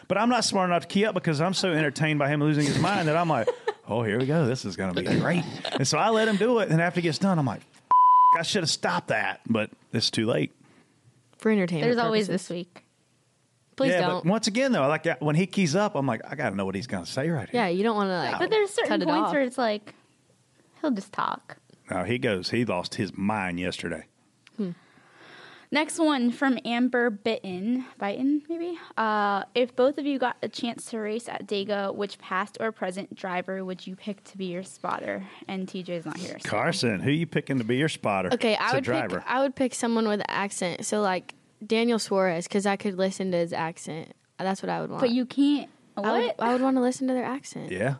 S4: But I'm not smart enough to key up because I'm so entertained by him losing his mind that I'm like, oh, here we go. This is going to be great. And so I let him do it. And after he gets done, I'm like, I should have stopped that. But it's too late.
S5: For entertainment.
S2: there's always
S5: purposes.
S2: this week.
S5: Please
S4: yeah,
S5: don't.
S4: but once again, though, like when he keys up, I'm like, I got to know what he's going to say right here.
S5: yeah, you don't want to like.
S2: But there's
S5: cut
S2: certain
S5: it
S2: points
S5: off.
S2: where it's like he'll just talk.
S4: No, he goes, he lost his mind yesterday.
S2: Next one from Amber Bitten, Bitten maybe. Uh, if both of you got a chance to race at Dega, which past or present driver would you pick to be your spotter? And TJ's not here. so-
S4: Carson, who you picking to be your spotter?
S5: Okay, I
S4: It's a
S5: would
S4: driver.
S5: pick. I would pick someone with an accent. So like Daniel Suarez, because I could listen to his accent. That's what I would want.
S2: But you can't. What?
S5: I would, I would want to listen to their accent.
S4: Yeah.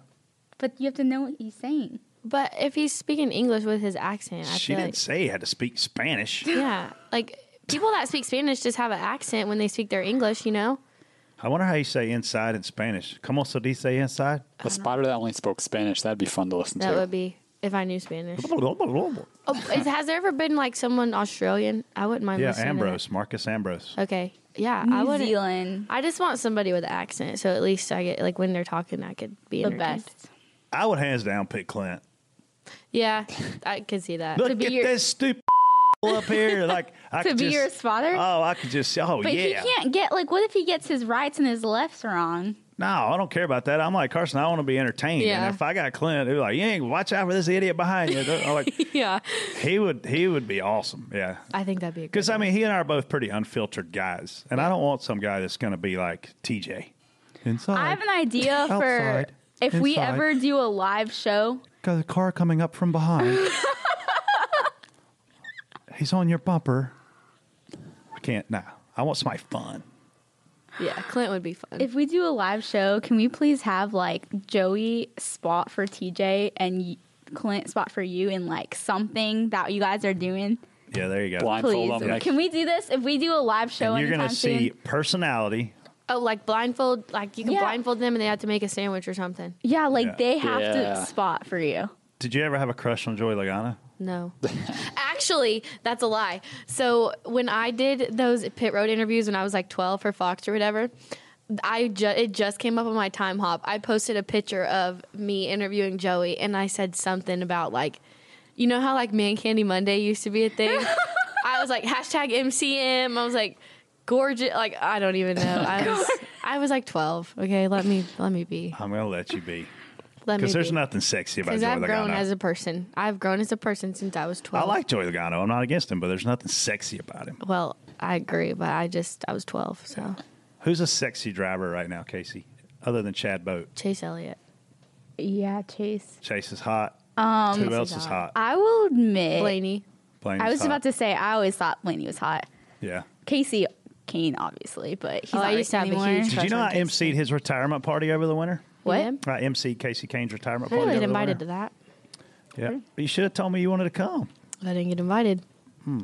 S2: but you have to know what he's saying.
S5: But if he's speaking English with his accent, I
S4: she
S5: feel
S4: didn't
S5: like,
S4: say you had to speak Spanish.
S5: yeah, like people that speak Spanish just have an accent when they speak their English. You know,
S4: I wonder how you say inside in Spanish. Como se dice inside?
S7: A spotter that only spoke Spanish, that'd be fun to listen
S5: that
S7: to.
S5: would be if I knew Spanish.
S4: yeah,
S5: oh, is, has there ever been like someone Australian? I wouldn't mind. listening to that.
S4: Ambrose, Marcus Ambrose.
S5: Okay, yeah, I
S2: New
S5: wouldn't.
S2: Zealand,
S5: I just want somebody with an accent, so at least I get like when they're talking, I could be
S2: the
S5: entertained.
S2: best.
S4: I would hands down pick Clint.
S5: Yeah, I could see that.
S4: Look
S2: be
S4: at
S2: your-
S4: this stupid up here. Like I
S2: To
S4: could
S2: be
S4: just,
S2: your father?
S4: Oh, I could just. Oh
S2: But
S4: yeah.
S2: he can't get like. What if he gets his rights and his lefts wrong?
S4: No, I don't care about that. I'm like Carson. I want to be entertained.
S5: Yeah.
S4: And if I got Clint, they're like, "You ain't watch out for this idiot behind you." I'm like,
S5: yeah,
S4: he would. He would be awesome. Yeah.
S5: I think that'd be a good.
S4: Because I mean, he and I are both pretty unfiltered guys, and I don't want some guy that's going to be like TJ. Inside,
S2: I have an idea for
S4: Outside.
S2: if we
S4: Inside.
S2: ever do a live show.
S4: got a car coming up from behind. He's on your bumper. I can't. Nah, I want somebody fun.
S5: yeah, Clint would be fun.
S2: If we do a live show, can we please have like Joey spot for TJ and y- Clint spot for you in like something that you guys are doing?
S4: Yeah, there you go.
S7: Blindfold
S2: Please,
S7: on the
S2: can we do this? If we do a live show,
S4: And you're
S2: anytime
S4: going to see
S2: soon?
S4: personality.
S5: oh, like blindfold, like you can
S2: Yeah.
S5: blindfold them and they have to make a sandwich or something.
S2: Yeah, like
S4: Yeah.
S2: they have
S7: Yeah.
S2: to spot for you.
S4: Did you ever have a crush on Joy Logana?
S5: No. Actually, that's a lie. So when I did those pit road interviews when I was like 12 for Fox or whatever, I ju- it just came up on my time hop. I posted a picture of me interviewing Joey and I said something about like you know how like Man Candy Monday used to be a thing? I was like hashtag MCM. I was like gorgeous like I don't even know. I was I was like 12. Okay, let me let me be.
S4: I'm going to let you be.
S5: Let me
S4: Because there's
S5: be.
S4: nothing sexy about
S5: Because
S4: Joy
S5: I've grown as
S4: Logano.
S5: a person. I've grown as a person since I was
S4: I
S5: 12.
S4: like Joy Logano. I'm not against him, but there's nothing sexy about him.
S5: Well, I agree, but I just I was twelve, so
S4: Who's a sexy driver right now, Casey? Other than Chad Boat.
S5: Chase Elliott.
S2: Yeah, Chase.
S4: Chase is hot. Um, Who else is hot?
S2: I will admit,
S5: Blaney.
S4: Blaine's
S2: I was
S4: hot.
S2: about to say I always thought Blaney was hot.
S4: Yeah.
S2: Casey Kane, obviously, but he's
S5: Oh,
S2: not
S5: I used to have a
S2: anymore.
S5: huge-
S4: Did you know I
S5: Crush on
S4: emceed his retirement party over the winter?
S2: What?
S5: Yeah.
S4: I emceed Casey Kane's retirement
S5: I
S4: party.
S5: didn't get
S4: over the
S5: invited to
S4: winter.
S5: that.
S4: Yeah. You should have told me you wanted to come.
S5: I didn't get invited. Hmm.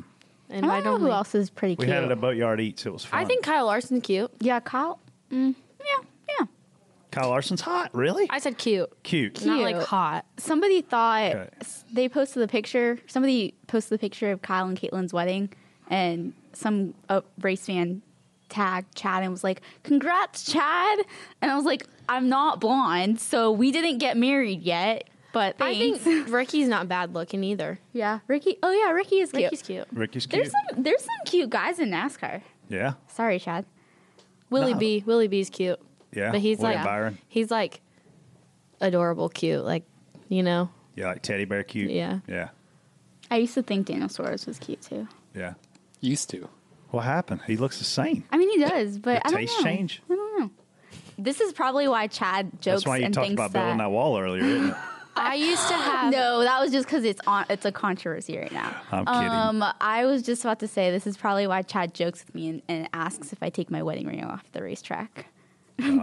S2: I don't
S5: Invite
S2: know who
S5: only.
S2: else is pretty
S4: We
S2: cute.
S4: had it at Boatyard Eats. It was fun.
S5: I think Kyle Larson's cute.
S2: yeah, Kyle. Mm, yeah, yeah.
S4: Kyle Larson's hot. Really?
S5: I said cute,
S4: Cute.
S5: not
S2: Cute.
S5: like hot.
S2: Somebody thought
S4: Okay.
S2: s they posted the picture. Somebody posted the picture of Kyle and Caitlin's wedding, and some uh, race fan tagged Chad and was like, "Congrats, Chad!" And I was like, "I'm not blonde, so we didn't get married yet." But
S5: I
S2: thanks.
S5: think Ricky's not bad looking either.
S2: yeah, Ricky. Oh yeah, Ricky is cute.
S5: Ricky's cute.
S4: Ricky's cute.
S2: There's some there's some cute guys in NASCAR.
S4: yeah.
S2: Sorry, Chad.
S5: Willie
S4: No.
S5: B. Willie B's cute,
S4: Yeah.
S5: but he's
S4: William
S5: like
S4: Byron.
S5: he's like adorable, cute, like you know.
S4: Yeah, like teddy bear cute.
S5: Yeah.
S4: Yeah.
S2: I used to think Daniel Suarez was cute too.
S4: Yeah.
S7: Used to.
S4: What happened? He looks the same.
S2: I mean, he does, but I
S4: Your
S2: don't
S4: taste
S2: know.
S4: change.
S2: This is probably why Chad jokes
S4: That's why you
S2: and
S4: talked
S2: thinks
S4: about
S2: that.
S4: building that wall earlier. Isn't it?
S5: I used to have.
S2: No, that was just because it's on. It's a controversy right now.
S4: Um, I'm kidding.
S2: Um, I was just about to say this is probably why Chad jokes with me and, and asks if I take my wedding ring off the racetrack.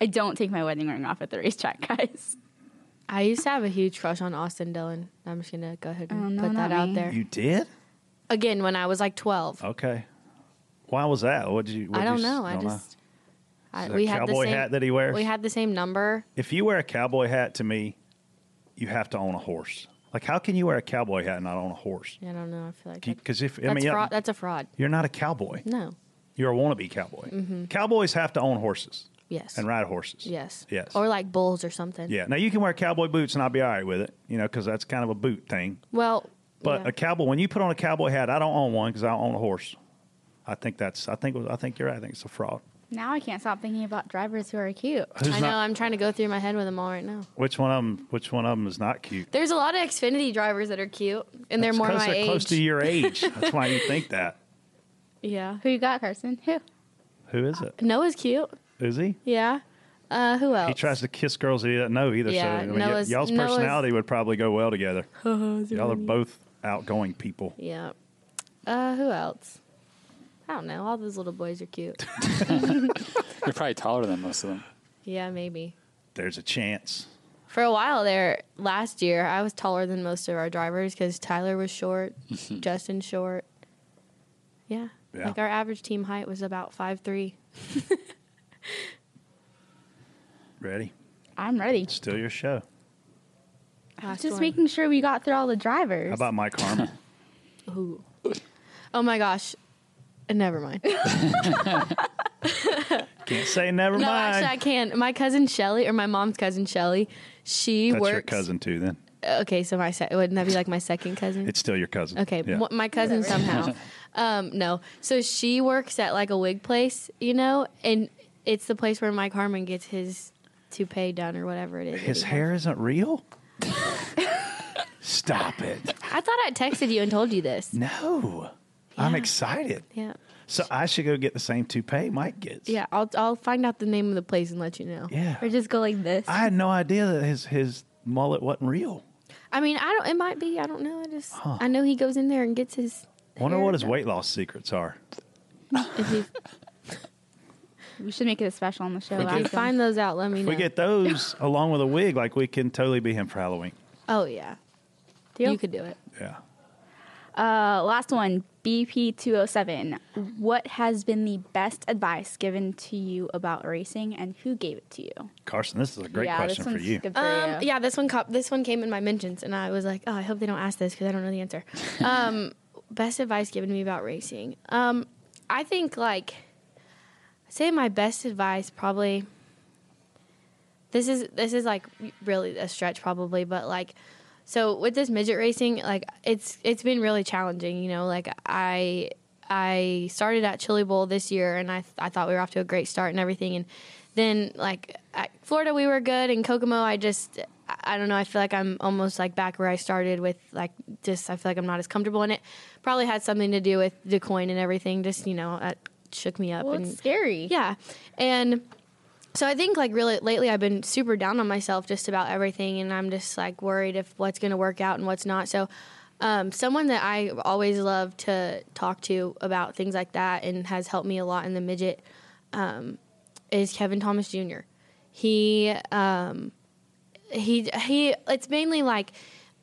S2: I don't take my wedding ring off at the racetrack, guys.
S5: I used to have a huge crush on Austin Dillon. I'm just gonna go ahead and
S2: Oh, no,
S5: put that
S2: not
S5: out
S2: me.
S5: there.
S4: You did?
S5: Again, when I was like 12.
S4: Okay. Why was that? What did you? what'd
S5: I don't
S4: you s-
S5: know. I just I,
S4: Is it a
S5: we had
S4: cowboy
S5: the same,
S4: hat that he wears?
S5: We had the same number.
S4: If you wear a cowboy hat to me, you have to own a horse. Like, how can you wear a cowboy hat and not own a horse?
S5: I don't know. I feel like that-
S4: Because if I
S5: that's
S4: mean,
S5: fraud. That's a fraud.
S4: you're not a cowboy.
S5: No. Mm-hmm.
S4: You're a wannabe cowboy. Cowboys have to own horses
S5: Yes.
S4: and ride horses.
S5: Yes.
S4: Yes.
S5: Or like bulls or something.
S4: yeah. Now you can wear cowboy boots and I'll be all right with it, you know, because that's kind of a boot thing.
S5: Well.
S4: But
S5: yeah.
S4: a cowboy, when you put on a cowboy hat, I don't own one because I don't own a horse. I think that's. I think. I think you're right. I think it's a fraud.
S2: Now I can't stop thinking about drivers who are cute.
S4: Who's
S5: I know.
S4: not-
S5: I'm trying to go through my head with them all right now.
S4: Which one of them? Which one of 'em is not cute?
S5: There's a lot of Xfinity drivers that are cute, and they're
S4: It's
S5: more
S4: close,
S5: my
S4: they're
S5: age.
S4: close to your age. That's why you think that.
S5: yeah.
S2: Who you got, Carson? Who?
S4: Who is it?
S5: Noah's cute.
S4: Is he?
S5: Yeah. Uh, who else?
S4: He tries to kiss girls that he doesn't know either.
S5: Yeah,
S4: so I mean,
S5: Noah's-
S4: y'all's
S5: Noah's- Oh,
S4: personality would probably go well together. Y'all are both outgoing people.
S5: Yeah. Uh, who else? I don't know. All those little boys are cute.
S7: You're probably taller than most of them.
S5: yeah, maybe.
S4: There's a chance.
S5: For a while there, last year, I was taller than most of our drivers because Tyler was short, Justin short. Yeah.
S4: Yeah.
S5: Like our average team height was about five three.
S4: Ready?
S2: I'm ready.
S4: Still your show.
S2: Just making sure we got through all the drivers.
S4: How about Mike Harmon?
S5: Ooh. Oh my gosh. Never mind.
S4: Can't say never
S5: No,
S4: mind.
S5: actually, I can. My cousin Shelly, or my mom's cousin Shelly, she
S4: That's
S5: works.
S4: your cousin too. Then
S5: Okay, so my se- wouldn't that be like my second cousin?
S4: it's still your cousin.
S5: Okay,
S4: Yeah.
S5: wh- my cousin somehow. um, no, so she works at like a wig place, you know, and it's the place where Mike Harmon gets his toupee done or whatever it is. that
S4: His
S5: he
S4: hair isn't real. Stop it.
S5: has. I thought I texted you and told you this.
S4: No, I'm
S5: Yeah.
S4: excited.
S5: Yeah.
S4: So I should go get the same toupee Mike gets.
S5: Yeah, I'll I'll find out the name of the place and let you know.
S4: Yeah.
S8: Or just go like this.
S4: I had no idea that his his mullet wasn't real.
S5: I mean, I don't. It might be. I don't know. I just. I know he goes in there and gets his.
S4: Wonder
S5: hair
S4: what his
S5: done.
S4: weight loss secrets are.
S5: If you,
S8: we should make it a special on the show.
S5: if you
S8: Ask
S5: find
S8: them.
S5: those out, let me
S4: If
S5: know.
S4: we get those along with a wig, like we can totally be him for Halloween.
S5: oh yeah,
S8: Deal?
S5: you could do it.
S4: Yeah.
S8: uh, last one, BP two oh seven. What has been the best advice given to you about racing, and who gave it to you?
S4: Carson, this is a great
S8: yeah,
S4: question
S8: this
S4: for
S8: one's
S4: you.
S8: Good for
S5: Um,
S8: you.
S5: yeah, this one cop. This one came in my mentions, and I was like, oh, I hope they don't ask this because I don't know the answer. Um, best advice given to me about racing. Um, I think like, I'd say my best advice probably. This is this is like really a stretch probably, but like, so with this midget racing, like it's it's been really challenging. You know, like I I started at Chili Bowl this year, and I I thought we were off to a great start and everything, and then like at Florida we were good, and Kokomo I just I- I don't know I feel like I'm almost like back where I started with like just I feel like I'm not as comfortable in it. Probably had something to do with the coin and everything. Just you know that shook me up.
S8: well,
S5: and
S8: it's scary.
S5: yeah. And so I think like really lately I've been super down on myself just about everything and I'm just like worried if what's going to work out and what's not. So um, someone that I always love to talk to about things like that and has helped me a lot in the midget um, is Kevin Thomas Jr. He um, he he it's mainly like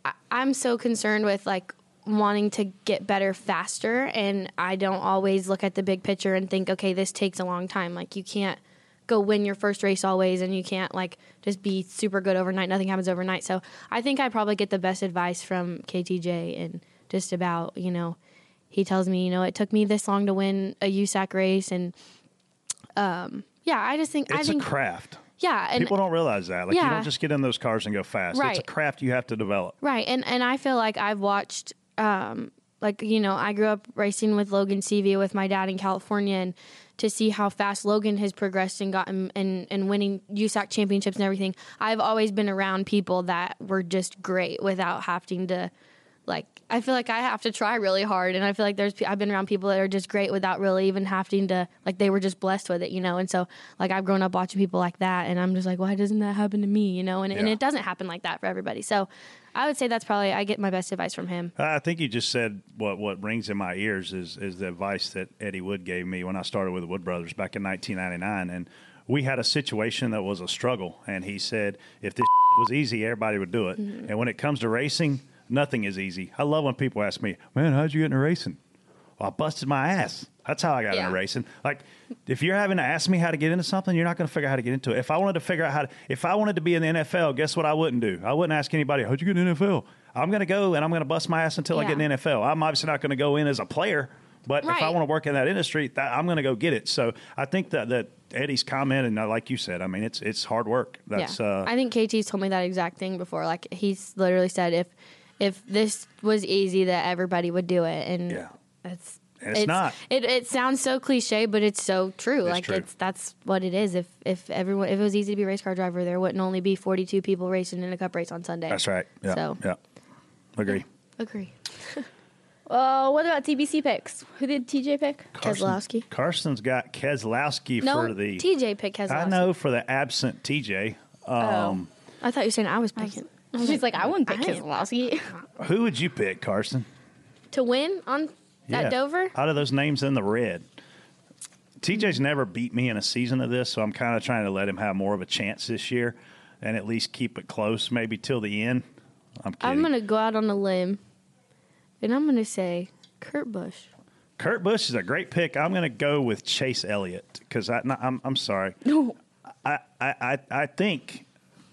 S5: I, i'm so concerned with like wanting to get better faster and i don't always look at the big picture and think okay this takes a long time like you can't go win your first race always and you can't like just be super good overnight nothing happens overnight so i think i probably get the best advice from ktj and just about you know he tells me you know it took me this long to win a usac race and um yeah i just think i
S4: It's a
S5: think
S4: craft.
S5: yeah and
S4: People don't realize that. Like you
S5: Yeah.
S4: don't just get in those cars and go fast. It's a
S5: Right.
S4: craft you have to develop.
S5: Right. And and I feel like I've watched um like you know, I grew up racing with Logan Sevier with my dad in California and to see how fast Logan has progressed and gotten and, and winning USAC championships and everything. I've always been around people that were just great without having to like I feel like I have to try really hard and I feel like there's pe- I've been around people that are just great without really even having to like they were just blessed with it, you know. And so like I've grown up watching people like that and I'm just like why doesn't that happen to me, you know? And and
S4: Yeah.
S5: it doesn't happen like that for everybody. So I would say that's probably I get my best advice from him.
S4: I think you just said what what rings in my ears is is the advice that Eddie Wood gave me when I started with the Wood Brothers back in 1999, and we had a situation that was a struggle, and he said if this was easy, everybody would do it,
S5: Mm-hmm.
S4: and when it comes to racing, nothing is easy. I love when people ask me, "Man, how'd you get into racing?" Well, I busted my ass. That's how I got
S5: Yeah.
S4: into racing. Like, if you're having to ask me how to get into something, you're not going to figure out how to get into it. If I wanted to figure out how to, if I wanted to be in the NFL, guess what I wouldn't do? I wouldn't ask anybody, how'd you get in the NFL? I'm going to go and I'm going to bust my ass until I
S5: Yeah.
S4: get in the NFL. I'm obviously not going to go in as a player, but if I
S5: Right.
S4: want to work in that industry, that, I'm going to go get it. So I think that, that Eddie's comment, and uh, like you said, I mean, it's, it's hard work. That's,
S5: yeah.
S4: uh,
S5: I think KT's told me that exact thing before. Like he's literally said if if this was easy that everybody would do it and
S4: Yeah.
S5: it's
S4: And it's not.
S5: It, it sounds so cliche, but it's so true. like
S4: true.
S5: it's that's what it is. If if everyone if it was easy to be a race car driver, there wouldn't only be forty two people racing in a cup race on Sunday.
S4: that's right. Yeah.
S5: So
S4: Yeah. Agree.
S5: agree.
S8: Well, what about TBC picks? Who did TJ pick?
S5: Keselowski.
S4: Carson's got Keselowski
S5: No
S4: for the.
S5: TJ pick has
S4: I
S5: lost.
S4: know for the absent TJ. Um,
S5: I thought you were saying I was picking.
S8: She's like, Oh. I wouldn't pick
S5: I-
S8: Keselowski.
S4: Who would you pick, Carson?
S5: To win on at
S4: Yeah.
S5: Dover? Hmm.
S4: Out of those names in the red. TJ's never beat me in a season of this, so I'm kind of trying to let him have more of a chance this year and at least keep it close, maybe till the end. I'm kidding.
S5: I'm gonna go out on a limb, and I'm gonna say Kurt Busch.
S4: Kurt Busch is a great pick. I'm going to go with Chase Elliott because I, no, I'm, I'm sorry. No. I, I, I, I think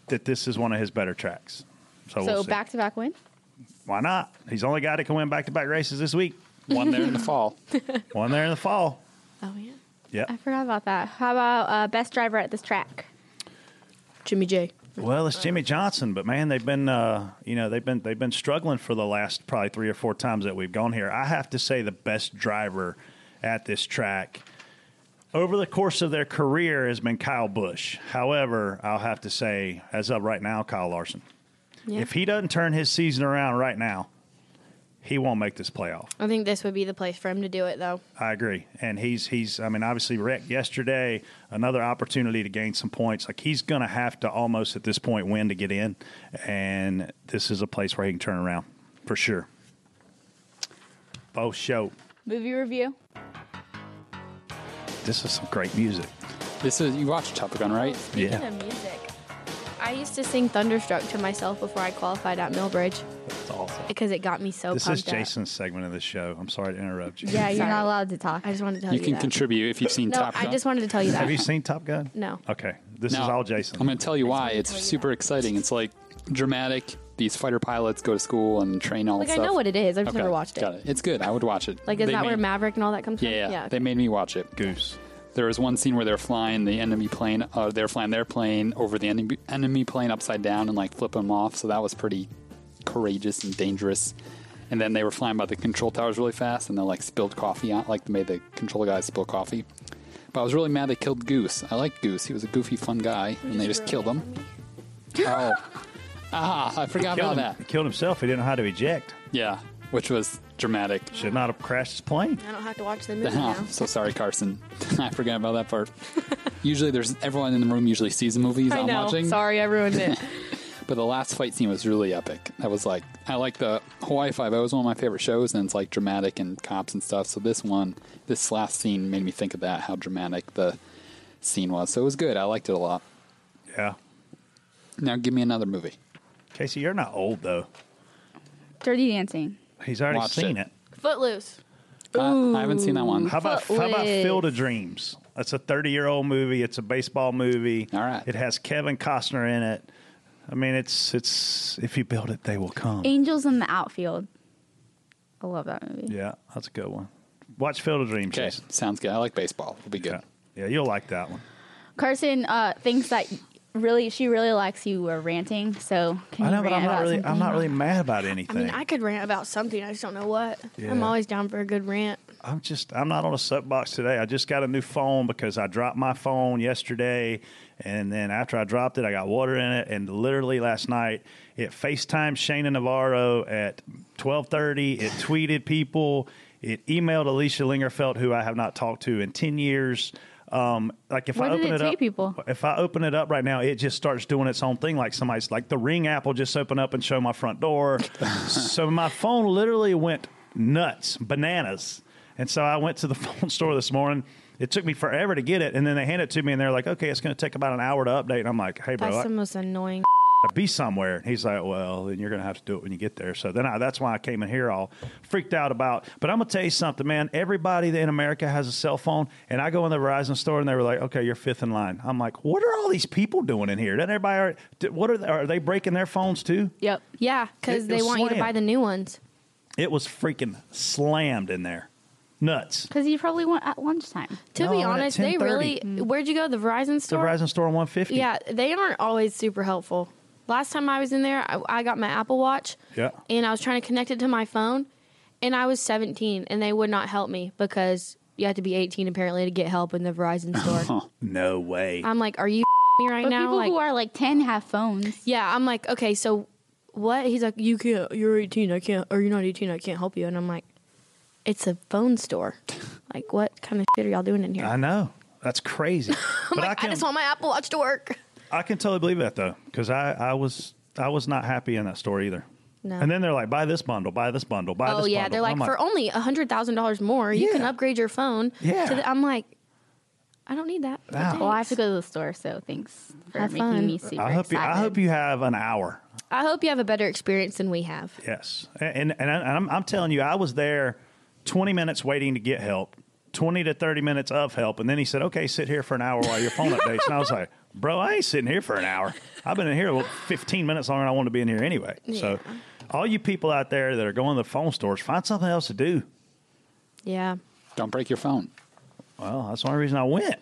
S4: that this is one of his better tracks. So,
S8: so
S4: we'll see.
S8: back to back win.
S4: Why not? He's the only guy that can win back to back races this week.
S7: One there in the fall.
S4: One there in the fall.
S5: Oh yeah,
S4: Yep.
S8: I forgot about that. How about uh, best driver at this track?
S5: Jimmy J.
S4: Well, it's Jimmy Johnson, but man, they've been uh, you know they've been they've been struggling for the last probably three or four times that we've gone here. I have to say the best driver at this track over the course of their career has been Kyle Busch. However, I'll have to say as of right now, Kyle Larson.
S5: Yeah.
S4: If he doesn't turn his season around right now, he won't make this playoff.
S5: I think this would be the place for him to do it though.
S4: I agree. And he's he's I mean obviously wrecked yesterday, another opportunity to gain some points. Like he's going to have to almost at this point win to get in and this is a place where he can turn around for sure. Oh, show.
S8: Movie review.
S4: This is some great music.
S7: This is you watch Top Gun, right?
S4: Yeah.
S5: Oh, Speaking of music, I used to sing Thunderstruck to myself before I qualified at Millbridge
S4: It's awesome.
S5: because it got me so
S4: This
S5: pumped
S4: is Jason's segment of the show. I'm sorry to interrupt you.
S8: Yeah, you're
S5: Sorry.
S8: not allowed to talk.
S5: up. I just wanted to tell you,
S7: You can
S5: that.
S7: contribute if you've seen
S5: No,
S7: Top Gun.
S5: I just wanted to tell you that.
S4: Have you seen Top Gun?
S5: No.
S4: Okay. This
S7: No.
S4: is all Jason.
S7: I'm going to tell you why. It's super exciting. It's like dramatic. These fighter pilots go to school and train all
S5: Like, I
S7: stuff.
S5: know what it is. I've just
S7: Okay,
S5: never watched it.
S7: Got It's good. I would watch it.
S5: Like, is
S7: They
S5: that where
S7: made-
S5: Maverick and all that comes
S7: Yeah,
S5: from?
S7: yeah,
S5: yeah.
S7: they made me watch it.
S4: Goose.
S7: There was one scene where they're flying the enemy plane. Uh, they're flying their plane over the enemy, enemy plane upside down and like flipping them off. So that was pretty courageous and dangerous. And then they were flying by the control towers really fast, and they like spilled coffee on, like made the control guys spill coffee. But I was really mad they killed Goose. I like Goose. He was a goofy, fun guy, and they just killed him. oh, ah, I forgot
S4: Killed,
S7: about
S4: him,
S7: that.
S4: he killed himself. He didn't know how to eject.
S7: Yeah, which was dramatic.
S4: Should not have crashed his plane.
S5: I don't have to watch the movie
S7: Ah,
S5: now.
S7: so sorry, Carson. I forgot about that part. usually, there's everyone in the room usually sees the movies
S5: I
S7: I'm
S5: know.
S7: watching.
S5: Sorry, I ruined it.
S7: But the last fight scene was really epic. That was like I like the Hawaii Five O is one of my favorite shows, and it's like dramatic and cops and stuff. So this one, this last scene made me think of that how dramatic the scene was. So it was good. I liked it a lot.
S4: Yeah.
S7: Now give me another movie.
S4: Casey, you're not old though.
S8: Dirty Dancing.
S4: He's already
S7: Watched
S4: seen
S7: it.
S4: it.
S5: Footloose.
S7: I, I haven't seen that one.
S4: How about how about
S8: Footloose.
S4: Field of Dreams? That's a 30 year old movie. It's a baseball movie.
S7: All right.
S4: It has Kevin Costner in it. I mean, it's it's if you build it, they will come.
S8: Angels in the Outfield. I love that movie.
S4: Yeah, that's a good one. Watch Field of Dreams,
S7: Okay,
S4: Jason.
S7: sounds good. I like baseball. It'll be good.
S4: Yeah. yeah, you'll like that one.
S8: Carson uh, thinks that really she really likes you were ranting. So can
S4: I know,
S8: you
S4: but I'm
S8: rant
S4: not
S8: about
S4: really I'm
S8: something?
S4: not really mad about anything.
S5: I mean, I could rant about something. I just don't know what.
S4: Yeah.
S5: I'm always down for a good rant.
S4: I'm just I'm not on a soapbox today. I just got a new phone because I dropped my phone yesterday and then after I dropped it I got water in it and literally last night it FaceTimed Shana Navarro at twelve thirty. It tweeted people, it emailed Alicia Lingerfeld who I have not talked to in ten years. Um, like if
S8: What
S4: I
S8: did
S4: open
S8: it
S4: it,
S8: tweet
S4: up,
S8: people?
S4: if I open it up right now, it just starts doing its own thing. Like somebody's like the ring app will just open up and show my front door. so my phone literally went nuts, bananas. And so I went to the phone store this morning. It took me forever to get it, and then they hand it to me, and they're like, "Okay, it's going to take about an hour to update." And I'm like, "Hey, bro,
S5: That's
S4: I-
S5: the most annoying.
S4: to be somewhere. And he's like, well, then you're going to have to do it when you get there. So then I, that's why I came in here all freaked out about. But I'm going to tell you something, man. Everybody in America has a cell phone. And I go in the Verizon store and they were like, okay, you're fifth in line. I'm like, what are all these people doing in here? Doesn't everybody, already- d- what are they, are they breaking their phones too?
S8: Yep.
S5: Yeah, because
S4: It-
S5: they
S4: it
S5: want you to
S4: slammed.
S5: buy the new ones.
S4: It was freaking slammed in there. Nuts.
S8: Because you probably went at lunchtime.
S5: To
S4: No, I
S5: be
S4: went at
S5: honest, they
S4: 10:30.
S5: really.
S8: Mm.
S5: Where'd you go? The Verizon
S4: The
S5: store.
S4: Verizon store on 150.
S5: Yeah, they aren't always super helpful. Last time I was in there, I, I got my Apple Watch.
S4: Yeah.
S5: And I was trying to connect it to my phone, and I was 17, and they would not help me because you had to be 18 apparently to get help in the Verizon store.
S4: No way.
S5: I'm like, are you me right
S8: But
S5: now?
S8: people
S5: like,
S8: who are like ten have phones.
S5: yeah. I'm like, okay, so what? He's like, you can't. You're 18. I can't. Or you're not 18. I can't help you. And I'm like, it's a phone store. like, what kind of shit are y'all doing in here?
S4: I know. That's crazy. but
S5: like, I just want my Apple Watch to work.
S4: I can totally believe that though, because I, I was I was not happy in that store either.
S5: No.
S4: And then they're like, buy this bundle, buy this bundle, buy
S5: Oh
S4: this
S5: yeah,
S4: bundle.
S5: they're like
S4: I'm
S5: for only a hundred thousand dollars more, you can
S4: Yeah.
S5: upgrade your phone.
S4: Yeah.
S5: To the, I'm like, I don't need that. No
S4: Wow.
S8: Well, I have
S5: thanks.
S8: to go to the store, so thanks for
S5: Have
S8: making
S5: fun.
S8: me super
S4: I hope you,
S8: excited.
S4: I hope you have an hour.
S5: I hope you have a better experience than we have.
S4: Yes, and and, and I'm, I'm telling you, I was there twenty minutes waiting to get help, twenty to thirty minutes of help, and then he said, okay, sit here for an hour while your phone updates, and I was like. Bro, I ain't sitting here for an hour. I've been in here like, 15 minutes longer than I want to be in here anyway. So, all you people out there that are going to the phone stores, find something else to do.
S5: Yeah.
S7: Don't break your phone.
S4: Well, that's one reason I went.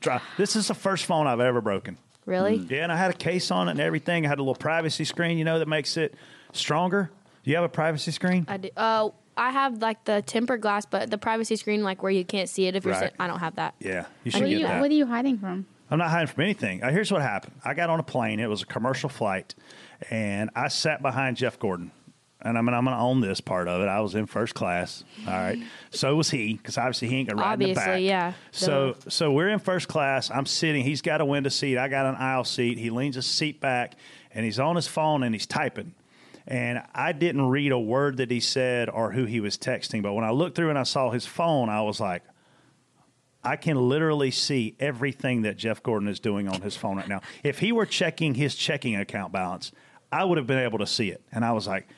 S4: Try. This is the first phone I've ever broken.
S5: Really?
S4: Yeah, and I had a case on it and everything. I had a little privacy screen, you know, that makes it stronger. Do you have a privacy screen?
S5: I do. Uh, I have like the tempered glass, but the privacy screen, like where you can't see it if you're.
S4: Right.
S5: sit- I don't have that.
S4: yeah, you should
S5: I do.
S8: What are
S4: get
S8: you,
S4: that.
S8: what are you hiding from?
S4: I'm not hiding from anything. Uh, here's what happened. I got on a plane. It was a commercial flight, and I sat behind Jeff Gordon. And I mean, I'm going to own this part of it. I was in first class. All right. So was he, because obviously he ain't going to ride in the
S5: Obviously,
S4: back.
S5: yeah.
S4: So, so we're in first class. I'm sitting. He's got a window seat. I got an aisle seat. He leans his seat back, and he's on his phone and he's typing. And I didn't read a word that he said or who he was texting. But when I looked through and I saw his phone, I was like, I can literally see everything that Jeff Gordon is doing on his phone right now. If he were checking his checking account balance, I would have been able to see it. And I was like,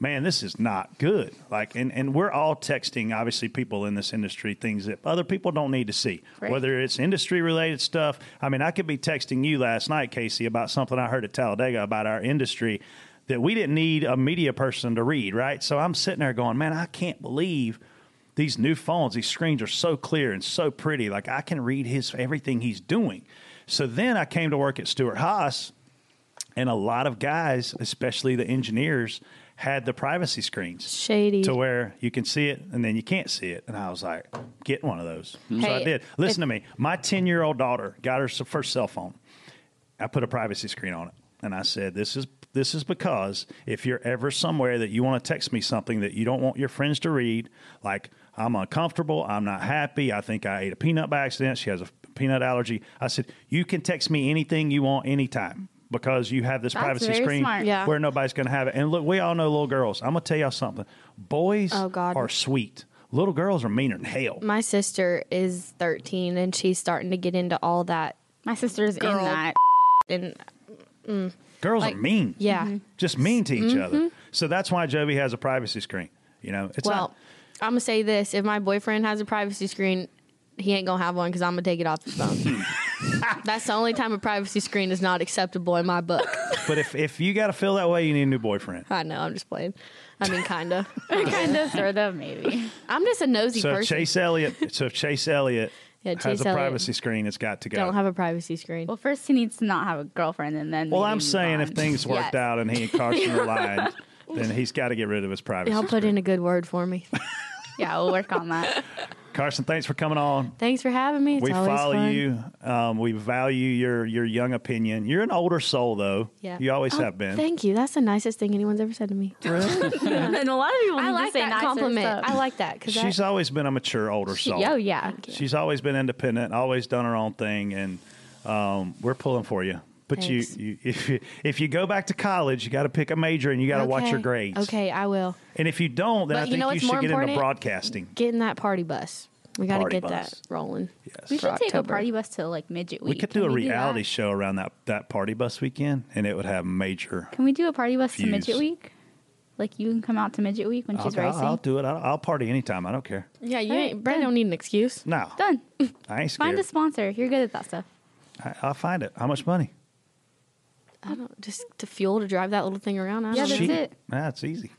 S4: man, this is not good. Like, and, and we're all texting, obviously, people in this industry things that other people don't need to see,
S8: Right.
S4: whether it's industry related stuff. I mean, I could be texting you last night, Casey, about something I heard at Talladega about our industry that we didn't need a media person to read, right? So I'm sitting there going, man, I can't believe these new phones, these screens are so clear and so pretty. Like I can read his everything he's doing. So then I came to work at Stuart Haas, and a lot of guys, especially the engineers, had the privacy screens
S5: Shady.
S4: to where you can see it and then you can't see it. And I was like, get one of those. So I
S5: Hey,
S4: did. Listen to me. My 10 year old daughter got her s- first cell phone. I put a privacy screen on it, and I said, "This is this is because if you're ever somewhere that you want to text me something that you don't want your friends to read, like I'm uncomfortable, I'm not happy, I think I ate a peanut by accident, she has a peanut allergy." I said, "You can text me anything you want anytime." Because you have this
S8: That's
S4: privacy
S8: very
S4: screen
S8: smart.
S5: Yeah.
S4: where nobody's going to have it. And look, we all know little girls. I'm going to tell y'all something. Boys
S5: Oh, God. Mm.
S4: are sweet. Little girls are meaner than hell.
S5: My sister is 13 and she's starting to get into all that.
S8: My sister's
S5: Girl.
S8: in that.
S5: And
S4: Girls
S5: like-
S4: are mean.
S5: yeah. Mm-hmm.
S4: just mean to each other. So that's why Jovi has a privacy screen. You know, it's
S5: Well,
S4: not,
S5: I'm going to say this if my boyfriend has a privacy screen, he ain't going to have one because I'm going to take it off his phone. That's the only time a privacy screen is not acceptable in my book.
S4: but if if you got to feel that way, you need a new boyfriend.
S5: I know, I'm just playing. I mean, kind of.
S8: kind of, sort of, maybe.
S5: I'm just a nosy
S4: So if
S5: person.
S4: Chase Elliott, so if Chase Elliott
S5: Yeah,
S4: has
S5: Chase
S4: a
S5: Elliott.
S4: privacy screen, it's got to go.
S5: don't have a privacy screen.
S8: Well, first he needs to not have a girlfriend, and then.
S4: well,
S8: maybe
S4: I'm
S8: move
S4: saying if
S8: on.
S4: things worked
S5: Yes.
S4: out and he and Carson are aligned, then he's got to get rid of his privacy.
S5: Y'all put
S4: screen.
S5: in a good word for me.
S8: Yeah, we'll work on that.
S4: Carson, thanks for coming on.
S5: Thanks for having me. It's
S4: we
S5: always
S4: follow
S5: fun.
S4: you. Um, we value your your young opinion. You're an older soul though.
S5: Yeah.
S4: You always
S5: Oh,
S4: have been.
S5: Thank you. That's the nicest thing anyone's ever said to me.
S8: and a lot of people
S5: I
S8: need to
S5: like
S8: say
S5: that
S8: nicer
S5: compliment.
S8: stuff.
S5: I like that because
S4: She's always been a mature older soul.
S8: Oh yeah,
S4: She's always been independent, always done her own thing, and um, we're pulling for you. But you,
S5: Thanks.
S4: you, if you, if you go back to college, you got to pick a major and you got to watch your grades.
S5: Okay, I will.
S4: And if you don't, then
S5: But
S4: I
S5: you
S4: think
S5: know
S4: you,
S5: what's
S4: should
S5: more
S4: get into
S5: important?
S4: broadcasting.
S5: Get in that party bus. We got to
S4: Party
S5: get
S4: bus.
S5: that rolling. Yes.
S8: we should take a party bus to like midget week.
S4: We could
S8: Can
S4: do a
S8: that?
S4: reality show around that that party bus weekend, and it would have major.
S8: Can we do a party bus to midget
S4: Fuse.
S8: week? Like you can come out to midget week when she's
S4: I'll, I'll-
S8: racing.
S4: I'll do it. I'll, I'll party anytime. I don't care.
S5: Yeah, you
S8: All
S5: ain't,
S8: right,
S5: Brad
S8: done.
S5: don't need an excuse.
S4: No,
S8: Done.
S4: I ain't
S8: Find
S4: scared.
S8: a sponsor. You're good at that stuff.
S4: I, I'll find it. How much money?
S5: I don't just to fuel to drive that little thing around. I
S8: Yeah,
S5: don't
S8: that's
S5: know.
S4: Cheap.
S8: it.
S4: Nah, it's easy.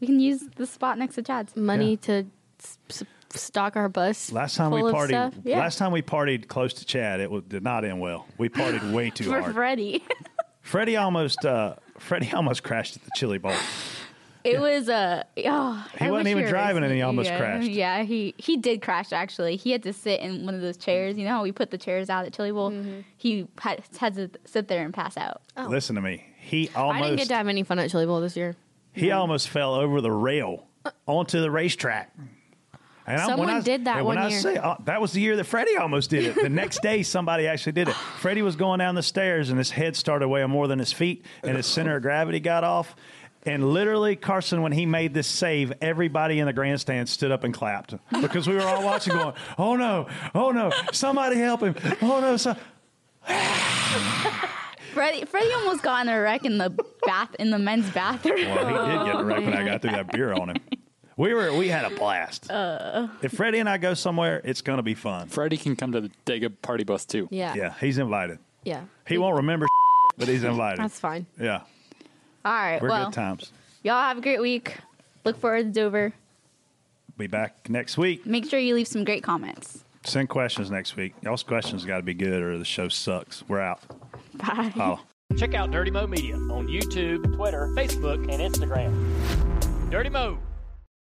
S8: We can use the spot next to Chad's.
S5: money
S4: Yeah.
S5: to s- s- stock our bus.
S4: Last time
S5: full
S4: we
S5: of
S4: partied,
S5: stuff.
S8: Yeah.
S4: last time we partied close to Chad, it was, did not end well. We partied way too
S8: For
S4: hard.
S8: Freddie,
S4: Freddie almost uh, Freddie almost crashed at the Chili Bowl.
S8: it was a. oh,
S4: He
S8: I
S4: wasn't
S8: wish
S4: even
S8: were
S4: driving and he
S8: racing.
S4: almost
S8: yeah.
S4: crashed.
S8: Yeah, he he did crash actually. He had to sit in one of those chairs. You know how we put the chairs out at Chili Bowl. He had, had to sit there and pass out.
S4: Listen to me. He
S5: Oh. I didn't
S4: almost
S5: get to have any fun at Chili Bowl this year.
S4: he almost fell over the rail onto the racetrack. And I-
S5: Someone
S4: I,
S5: did that
S4: and when
S5: one
S4: I
S5: year.
S4: say uh, that was the year that Freddie almost did it. The next day, somebody actually did it. Freddie was going down the stairs, and his head started weighing more than his feet, and his center of gravity got off. And literally, Carson, when he made this save, everybody in the grandstand stood up and clapped because we were all watching, going, "Oh no! Oh no! Somebody help him! Oh no!" So-
S8: Freddie Freddie almost got in a wreck in the bath in the men's bathroom.
S4: Well, he did get a wreck when I got through that beer on him. We were we had a blast.
S5: Uh.
S4: if Freddie and I go somewhere, it's going to be fun.
S7: Freddie can come to the Dega party bus too.
S5: Yeah.
S4: Yeah, he's invited.
S5: Yeah.
S4: He won't remember, but he's invited.
S5: That's fine.
S4: Yeah,
S8: All right,
S4: we're
S8: well,
S4: good times.
S8: y'all have a great week. Look forward to Dover.
S4: Be be back next week.
S2: Make sure you leave some great comments.
S4: Send questions next week. Y'all's questions got to be good, or the show sucks. We're out.
S2: Bye.
S4: Holla.
S10: Check out Dirty Mo Media on YouTube, Twitter, Facebook, and Instagram. Dirty Mo.